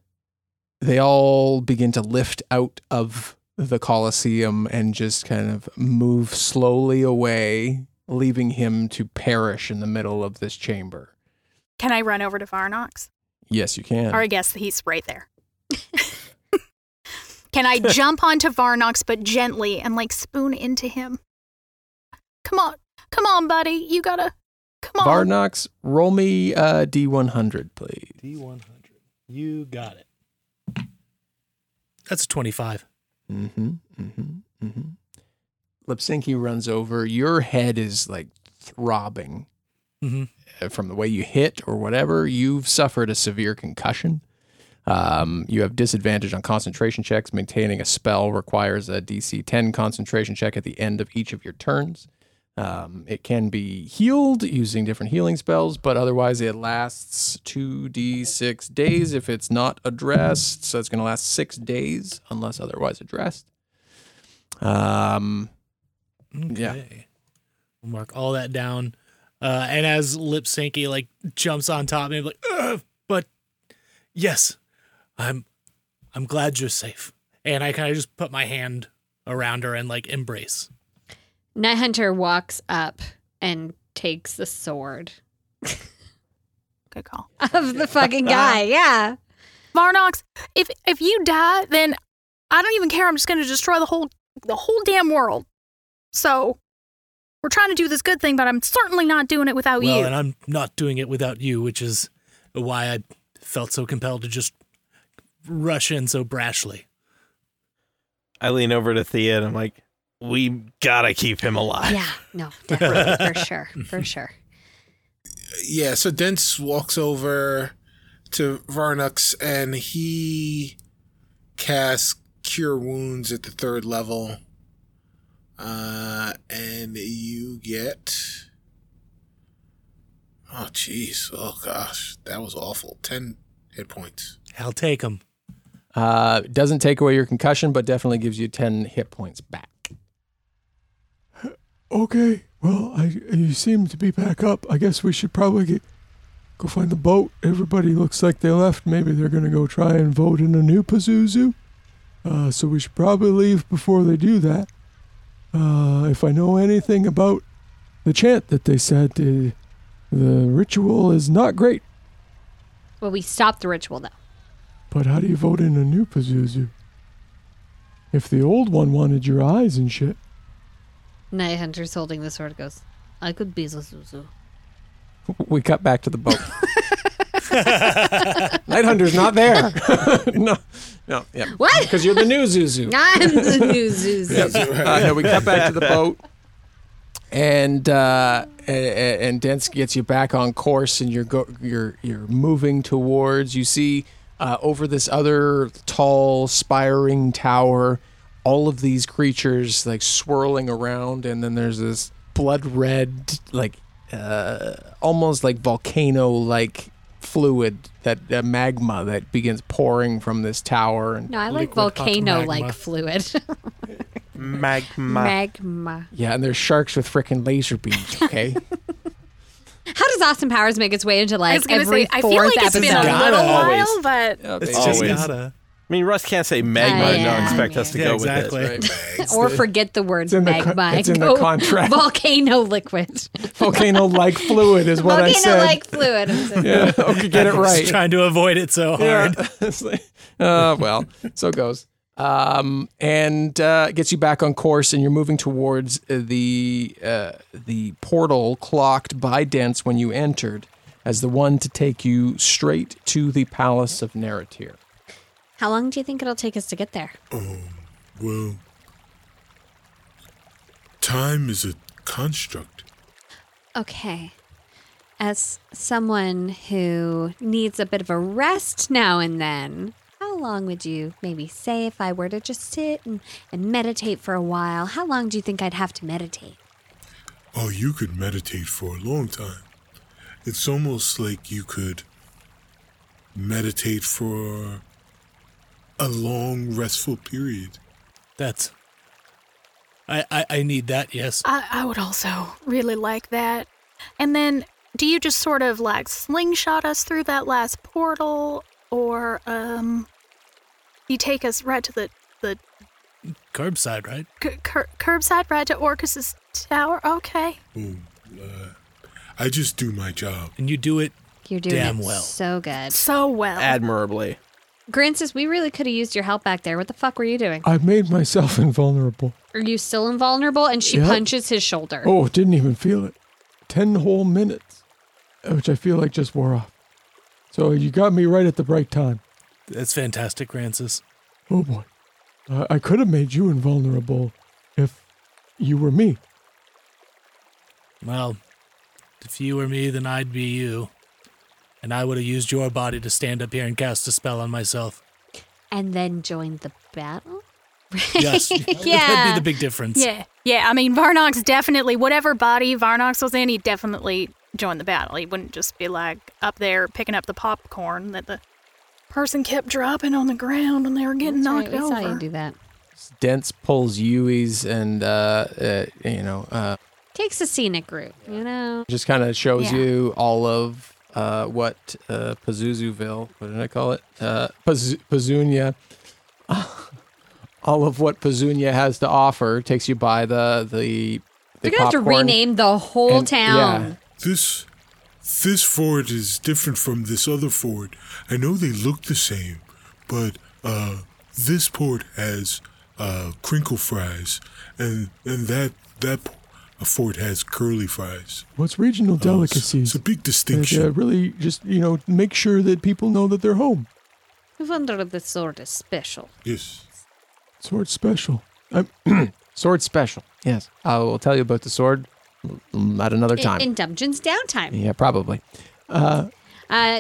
Speaker 3: they all begin to lift out of the Colosseum and just kind of move slowly away, leaving him to perish in the middle of this chamber.
Speaker 8: Can I run over to Varnox?
Speaker 3: Yes, you can.
Speaker 8: Or I guess he's right there. Can I jump onto Varnox but gently and like spoon into him? Come on. Come on, buddy. You gotta come on.
Speaker 3: Varnox, roll me uh, D100, please.
Speaker 7: D100. You got it. That's a 25.
Speaker 3: Mm-hmm, mm-hmm, mm-hmm. Lipsinki runs over. Your head is like throbbing
Speaker 7: Mm-hmm.
Speaker 3: uh, from the way you hit or whatever. You've suffered a severe concussion. Um, you have disadvantage on concentration checks. Maintaining a spell requires a DC 10 concentration check at the end of each of your turns. Um, it can be healed using different healing spells, but otherwise it lasts 2d6 days if it's not addressed. So it's going to last six days unless otherwise addressed. Um, Yeah.
Speaker 7: Okay. We'll mark all that down. Uh, and as Lip Syncy like jumps on top of me, I'm like, "Ugh, but yes, I'm, I'm glad you're safe. And I kind of just put my hand around her and like embrace.
Speaker 5: Night Hunter walks up and takes the sword
Speaker 8: Good call.
Speaker 5: of the fucking guy. Yeah.
Speaker 8: Varnox, if if you die, then I don't even care. I'm just gonna destroy the whole the whole damn world. So we're trying to do this good thing, but I'm certainly not doing it without
Speaker 7: well,
Speaker 8: Oh, you.
Speaker 7: and I'm not doing it without you, which is why I felt so compelled to just rush in so brashly.
Speaker 1: I lean over to Thea and I'm like, we gotta keep him alive.
Speaker 5: Yeah. No, definitely. for sure. For sure.
Speaker 9: yeah, so Dents walks over to Varnux and he casts Cure Wounds at the third level. Uh, and you get. Oh, jeez. Oh, gosh. That was awful. 10 hit points.
Speaker 7: I'll take him.
Speaker 3: uh, doesn't take away your concussion, but definitely gives you 10 hit points back.
Speaker 4: Okay, well, I you seem to be back up. I guess we should probably get, go find the boat. Everybody looks like they left. Maybe they're gonna go try and vote in a new Pazuzu. Uh, so we should probably leave before they do that. Uh, if I know anything about the chant that they said, uh, the ritual is not great.
Speaker 5: Well, we stopped the ritual though.
Speaker 4: But how do you vote in a new Pazuzu? If the old one wanted your eyes and shit.
Speaker 5: Night Hunter's holding the sword goes, I could be Zuzuzu.
Speaker 3: We cut back to the boat. Night Hunter's not there. no, no, yeah.
Speaker 5: What?
Speaker 3: Because you're the new Zuzu.
Speaker 5: I'm the new Zuzu.
Speaker 3: Uh, no, we cut back to the boat, and uh, and, and Dents gets you back on course, and you're go, you're you're moving towards. You see uh, over this other tall, spiring tower, all of these creatures like swirling around, and then there's this blood red, like uh, almost like volcano like fluid that uh, magma that begins pouring from this tower and
Speaker 5: No, I like
Speaker 7: Liquid hot
Speaker 5: volcano like
Speaker 7: magma.
Speaker 5: fluid.
Speaker 1: Magma.
Speaker 5: Magma.
Speaker 3: Yeah, and there's sharks with freaking laser beams. Okay,
Speaker 5: How does Austin Powers make its way into
Speaker 8: I
Speaker 5: like
Speaker 8: was gonna
Speaker 5: every
Speaker 8: say, I feel
Speaker 5: fourth
Speaker 8: like it's
Speaker 5: episode?
Speaker 8: been a
Speaker 7: Gotta
Speaker 8: little
Speaker 1: always.
Speaker 8: while, but
Speaker 1: It's
Speaker 7: Just
Speaker 1: always.
Speaker 7: gotta.
Speaker 1: I mean, Russ can't say magma
Speaker 5: Uh,
Speaker 1: and not
Speaker 5: yeah,
Speaker 1: expect
Speaker 5: I
Speaker 1: us to
Speaker 7: mean-
Speaker 1: go
Speaker 7: Yeah,
Speaker 1: with
Speaker 7: exactly.
Speaker 1: this.
Speaker 5: or forget the word
Speaker 3: it's in the
Speaker 5: magma.
Speaker 3: con- it's in the
Speaker 5: Go
Speaker 3: contract.
Speaker 5: Volcano liquid.
Speaker 3: volcano like fluid is what I
Speaker 5: volcano
Speaker 3: said.
Speaker 5: like fluid.
Speaker 3: yeah, okay, get it
Speaker 7: Just
Speaker 3: right.
Speaker 7: trying to avoid it so hard.
Speaker 3: Yeah. It's like, uh, well, so it goes. Um, and uh, gets you back on course, and you're moving towards uh, the uh, the portal clocked by Dents when you entered. as the one to take you straight to the palace of Naratir.
Speaker 5: How long do you think it'll take us to get there?
Speaker 2: Oh, Well, time is a construct.
Speaker 5: Okay. As someone who needs a bit of a rest now and then, how long would you maybe say if I were to just sit and, and meditate for a while? How long do you think I'd have to meditate?
Speaker 2: Oh, you could meditate for a long time. It's almost like you could meditate for a long, restful period.
Speaker 7: That's. I, I, I need that, yes.
Speaker 8: I, I would also really like that. And then, do you just sort of like slingshot us through that last portal, or um, you take us right to the the
Speaker 7: Curbside, right?
Speaker 8: c- cur- curbside, right to Orcus's tower? Okay.
Speaker 2: Boom. Uh, I just do my job.
Speaker 7: And you do it.
Speaker 5: You're doing
Speaker 7: Damn
Speaker 5: it
Speaker 7: well.
Speaker 5: so good.
Speaker 8: So well.
Speaker 1: Admirably.
Speaker 5: Grancis, we really could have used your help back there. What the fuck were you doing?
Speaker 4: I made myself invulnerable.
Speaker 5: Are you still invulnerable? And she
Speaker 4: Yeah.
Speaker 5: punches his shoulder.
Speaker 4: Oh, didn't even feel it. Ten whole minutes, which I feel like just wore off. So you got me right at the right time.
Speaker 7: That's fantastic, Rancis.
Speaker 4: Oh boy. I I could have made you invulnerable if you were me.
Speaker 7: Well, if you were me, then I'd be you. And I would have used your body to stand up here and cast a spell on myself.
Speaker 5: And then joined the battle?
Speaker 7: Yes. That'd
Speaker 5: Yeah.
Speaker 7: be the big difference.
Speaker 8: Yeah, yeah. I mean, Varnox definitely, whatever body Varnox was in, he definitely joined the battle. He wouldn't just be like up there picking up the popcorn that the person kept dropping on the ground when they were getting
Speaker 5: That's right,
Speaker 8: knocked
Speaker 5: we
Speaker 8: over.
Speaker 5: saw you do that.
Speaker 3: Dents pulls Yui's and, uh, uh, you know, uh,
Speaker 5: Takes a scenic route, you know?
Speaker 3: just kind of shows
Speaker 8: Yeah.
Speaker 3: you all of uh, what uh, Pazuzuville, what did I call it? Uh, Paz- Pazunia. all of what Pazunia has to offer takes you by the the. the
Speaker 5: We're going to have to
Speaker 3: popcorn
Speaker 5: rename the whole
Speaker 3: and-
Speaker 5: town.
Speaker 3: yeah.
Speaker 2: This this fort is different from this other fort. I know they look the same, but uh, this port has uh, crinkle fries, and and that that p- uh, fort has curly fries.
Speaker 4: What's regional
Speaker 2: Uh, it's-
Speaker 4: delicacies?
Speaker 2: It's a big
Speaker 4: And, uh,
Speaker 2: distinction.
Speaker 4: really, just you know, make sure that people know that they're home.
Speaker 5: I wonder if this sword is special.
Speaker 2: Yes.
Speaker 4: Sword special. I'm,
Speaker 3: Sword special. Yes. I will tell you about the sword mm, at another
Speaker 5: In-
Speaker 3: time.
Speaker 5: In, Dungeons Downtime.
Speaker 3: yeah, probably.
Speaker 5: Uh,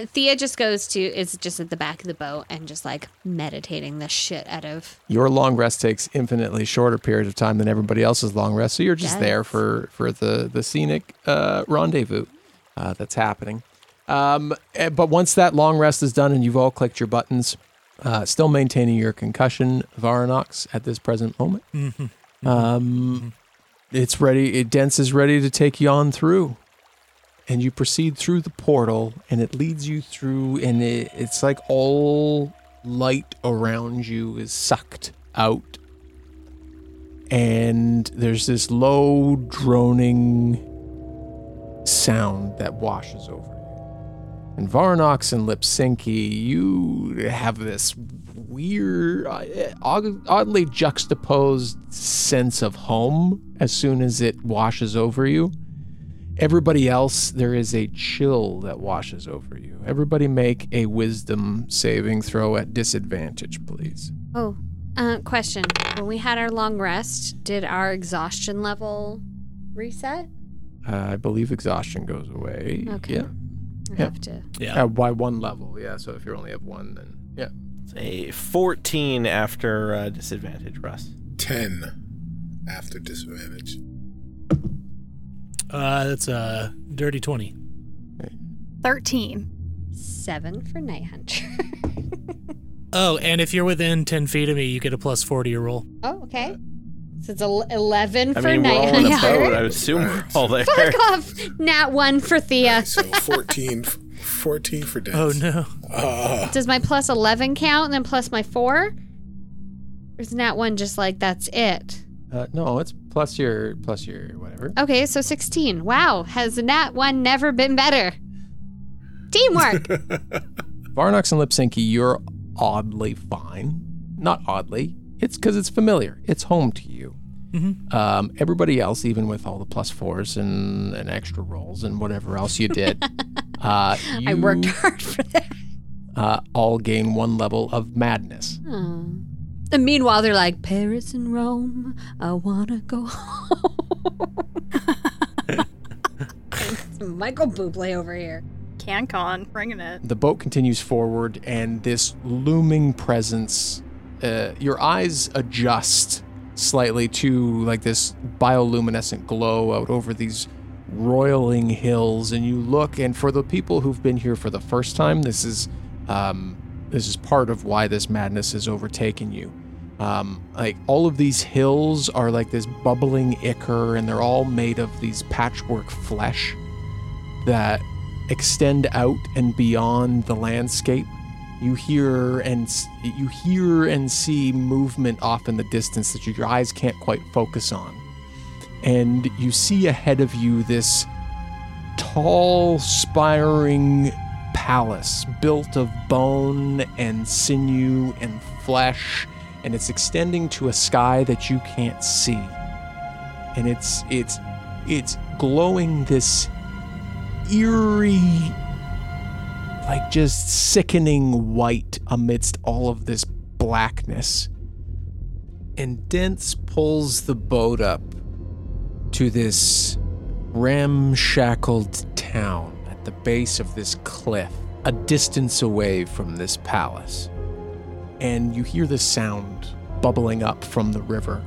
Speaker 5: Thea just goes to, is just at the back of the boat and just like meditating the shit out of.
Speaker 3: Your long rest takes infinitely shorter period of time than everybody else's long rest, so you're just there
Speaker 5: Yes.
Speaker 3: for for the the scenic uh, rendezvous uh, that's happening. Um, eh, but once that long rest is done and you've all clicked your buttons, uh, still maintaining your concussion, Varanox, at this present moment, um, it's ready. It, Dents is ready to take you on through. and you proceed through the portal and it leads you through and it, it's like all light around you is sucked out and there's this low droning sound that washes over you and varnox and lipsinki you have this weird uh, oddly juxtaposed sense of home as soon as it washes over you Everybody else, there is a chill that washes over you. Everybody make a wisdom saving throw at disadvantage, please.
Speaker 5: Oh, uh, question. When we had our long rest, did our exhaustion level reset?
Speaker 3: Uh, I believe exhaustion goes away.
Speaker 5: Okay.
Speaker 3: Yeah.
Speaker 5: I
Speaker 3: Yeah.
Speaker 5: have to.
Speaker 7: Yeah.
Speaker 3: Uh, by one level. Yeah. So if you only have one, then yeah.
Speaker 1: It's a 14 after uh, disadvantage, Russ.
Speaker 9: 10 after disadvantage.
Speaker 7: Uh, that's a dirty 20.
Speaker 8: Thirteen.
Speaker 5: Seven for Night Hunter.
Speaker 7: Oh, and if you're within 10 feet of me, you get a plus 4 to your roll.
Speaker 5: oh, okay. So it's el- 11
Speaker 1: I
Speaker 5: for
Speaker 1: mean, we're
Speaker 5: Night
Speaker 1: all in a
Speaker 5: Hunter.
Speaker 1: boat. I would assume we're all there.
Speaker 5: Fuck off! Nat one for Thea.
Speaker 9: So 14, 14 for death.
Speaker 7: Oh, no.
Speaker 9: Uh,
Speaker 5: Does my plus 11 count and then plus my 4? Or is Nat one just like that's it?
Speaker 3: Uh, no, it's plus your plus your whatever.
Speaker 5: Okay, so 16. Wow, has Nat one never been better? Teamwork!
Speaker 3: Varnox and Lipsinki, you're oddly fine. Not oddly. It's because it's familiar. It's home to you.
Speaker 7: Mm-hmm.
Speaker 3: Um, everybody else, even with all the plus fours and, and extra rolls and whatever else you did, Uh,
Speaker 5: I worked
Speaker 3: you,
Speaker 5: hard for that.
Speaker 3: Uh, all gain one level of madness.
Speaker 5: Oh. And meanwhile, they're like, Paris and Rome, I wanna go home. It's Michael Bublé over here.
Speaker 8: CanCon, bringing it.
Speaker 3: The boat continues forward, and this looming presence. Uh, your eyes adjust slightly to like this bioluminescent glow out over these roiling hills, and you look. And for the people who've been here for the first time, this is um, this is part of why this madness has overtaken you. Um, like all of these hills are like this bubbling ichor, and they're all made of these patchwork flesh that extend out and beyond the landscape. You hear and s- you hear and see movement off in the distance that your eyes can't quite focus on. And you see ahead of you this tall, spiring palace built of bone and sinew and flesh, and it's extending to a sky that you can't see. And it's it's it's glowing this eerie, like just sickening white amidst all of this blackness. And Dents pulls the boat up to this ramshackled town at the base of this cliff, a distance away from this palace. And you hear the sound bubbling up from the river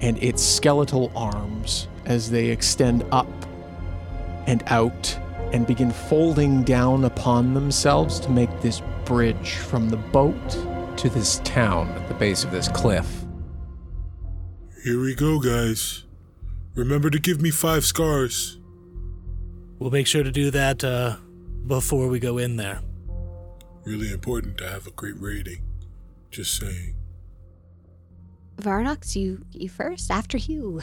Speaker 3: and its skeletal arms as they extend up and out and begin folding down upon themselves to make this bridge from the boat to this town at the base of this cliff.
Speaker 2: Here we go, guys. Remember to give me five scars.
Speaker 7: We'll make sure to do that uh, before we go in there.
Speaker 2: Really important to have a great rating. Just saying.
Speaker 5: Varnox, you, you first, after you.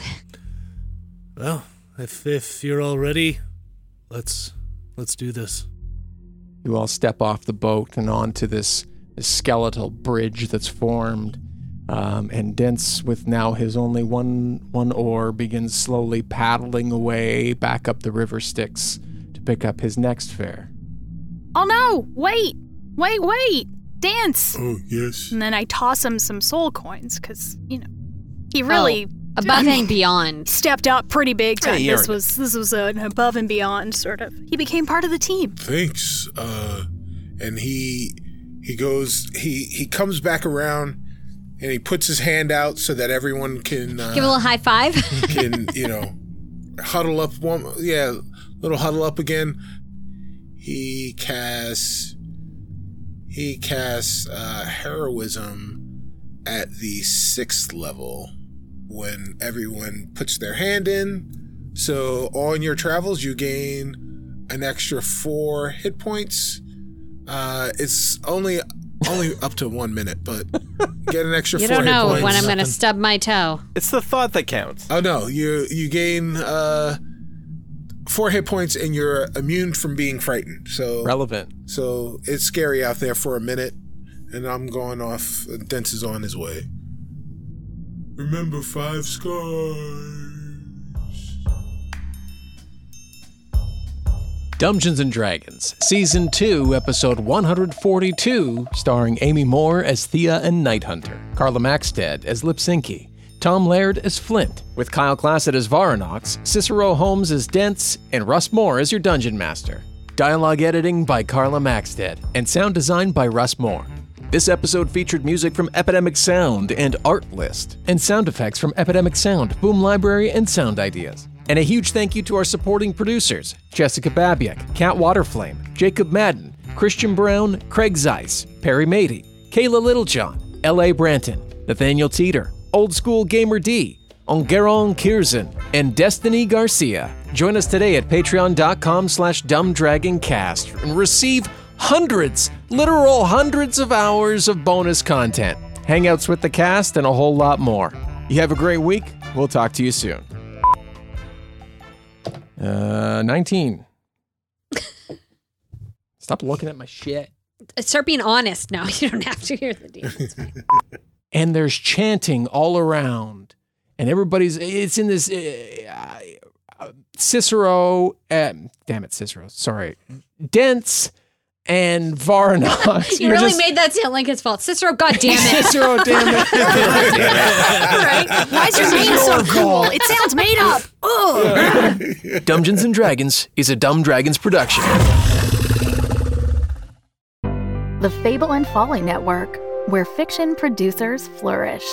Speaker 7: Well, if if you're all ready, let's let's do this.
Speaker 3: You all step off the boat and onto this, this skeletal bridge that's formed. Um, and Dents, with now his only one one oar, begins slowly paddling away back up the river Styx to pick up his next fare.
Speaker 8: Oh no! Wait! Wait, wait! Dance!
Speaker 2: Oh, yes.
Speaker 8: And then I toss him some soul coins because, you know, he really
Speaker 5: Oh, above and beyond.
Speaker 8: stepped up pretty big time.
Speaker 12: Hey,
Speaker 8: this
Speaker 12: Eric.
Speaker 8: was this was an above and beyond sort of. He became part of the team.
Speaker 9: thanks uh and he he goes he he comes back around and he puts his hand out so that everyone can uh,
Speaker 5: Give a little high five.
Speaker 9: can you know huddle up one yeah little huddle up again he casts he casts uh, heroism at the sixth level when everyone puts their hand in so on your travels you gain an extra four hit points uh, it's only only up to one minute but get an extra
Speaker 5: you
Speaker 9: four
Speaker 5: don't
Speaker 9: hit
Speaker 5: know
Speaker 9: points
Speaker 5: when I'm going
Speaker 7: Nothing.
Speaker 5: to stub my toe.
Speaker 12: It's the thought that counts.
Speaker 9: Oh no, you you gain uh four hit points and you're immune from being frightened. So
Speaker 3: Relevant.
Speaker 9: so it's scary out there for a minute and I'm going off Dents is on his way.
Speaker 2: Remember five scars.
Speaker 3: Dungeons and Dragons, Season 2, Episode 142, starring Amy Moore as Thea and Night Hunter, Carla Maxted as Lipsinki, Tom Laird as Flint, with Kyle Classett as Varanox, Cicero Holmes as Dents, and Russ Moore as your Dungeon Master. Dialogue editing by Carla Maxted, and sound design by Russ Moore. This episode featured music from Epidemic Sound and Artlist, and sound effects from Epidemic Sound, Boom Library, and Sound Ideas. And a huge thank you to our supporting producers Jessica Babiak, Kat Waterflame, Jacob Madden, Christian Brown, Craig Zeiss, Perry Mady, Kayla Littlejohn, L.A. Branton, Nathaniel Teeter, Old School Gamer D, Ongeron Kirzen, and Destiny Garcia. Join us today at patreon.com slash dumbdragoncast and receive hundreds, literal hundreds of hours of bonus content, hangouts with the cast, and a whole lot more. You have a great week. We'll talk to you soon. Uh, 19. Stop looking at my shit.
Speaker 5: Start being honest now. You don't have to hear the deal. It's fine.
Speaker 3: and there's chanting all around and everybody's it's in this uh, uh, Cicero, uh, damn it, Cicero, sorry, Dents and Varnox.
Speaker 13: You
Speaker 3: You're
Speaker 13: really
Speaker 3: just-
Speaker 13: made that sound like his fault. Cicero, God damn it.
Speaker 3: Cicero, damn it.
Speaker 14: Why is your
Speaker 3: This is
Speaker 14: name so
Speaker 3: your
Speaker 14: cool?
Speaker 3: call.
Speaker 14: It sounds made up. Ugh.
Speaker 15: Dungeons and Dragons is a Dumb Dragons production.
Speaker 6: The Fable and Folly Network, where fiction producers flourish.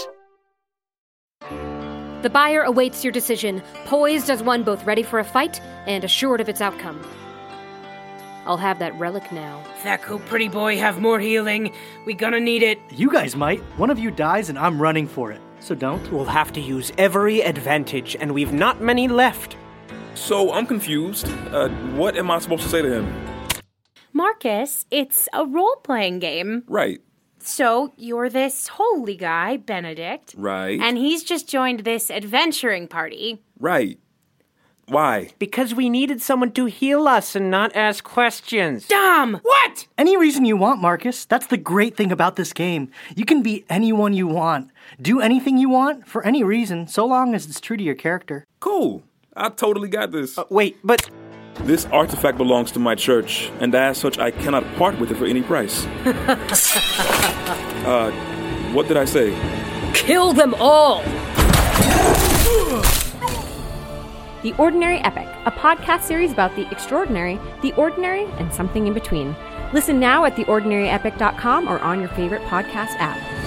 Speaker 5: The buyer awaits your decision, poised as one both ready for a fight and assured of its outcome. I'll have that relic now.
Speaker 16: Thaku, pretty boy, have more healing. We gonna need it.
Speaker 17: You guys might. One of you dies, and I'm running for it. So don't. We'll have to use every advantage, and we've not many left.
Speaker 18: So I'm confused. Uh, what am I supposed to say to him?
Speaker 19: Marcus, it's a role playing game.
Speaker 18: Right.
Speaker 19: So you're this holy guy, Benedict,
Speaker 18: Right.
Speaker 19: and he's just joined this adventuring party.
Speaker 18: right. Why?
Speaker 17: Because we needed someone to heal us and not ask questions.
Speaker 16: Dom! What?
Speaker 17: Any reason
Speaker 16: you want,
Speaker 17: Marcus?
Speaker 16: That's the great thing about this game. You can be anyone you want, do anything you want, for any reason, so long as it's true to your character.
Speaker 18: Cool. I totally got this.
Speaker 17: Uh, wait, but.
Speaker 18: This artifact belongs to my church, and as such, I cannot part with it for any price. Uh, what did I say?
Speaker 5: Kill them all! The Ordinary Epic, a podcast series about the extraordinary, the ordinary, and something in between. Listen now at theordinaryepic.com or on your favorite podcast app.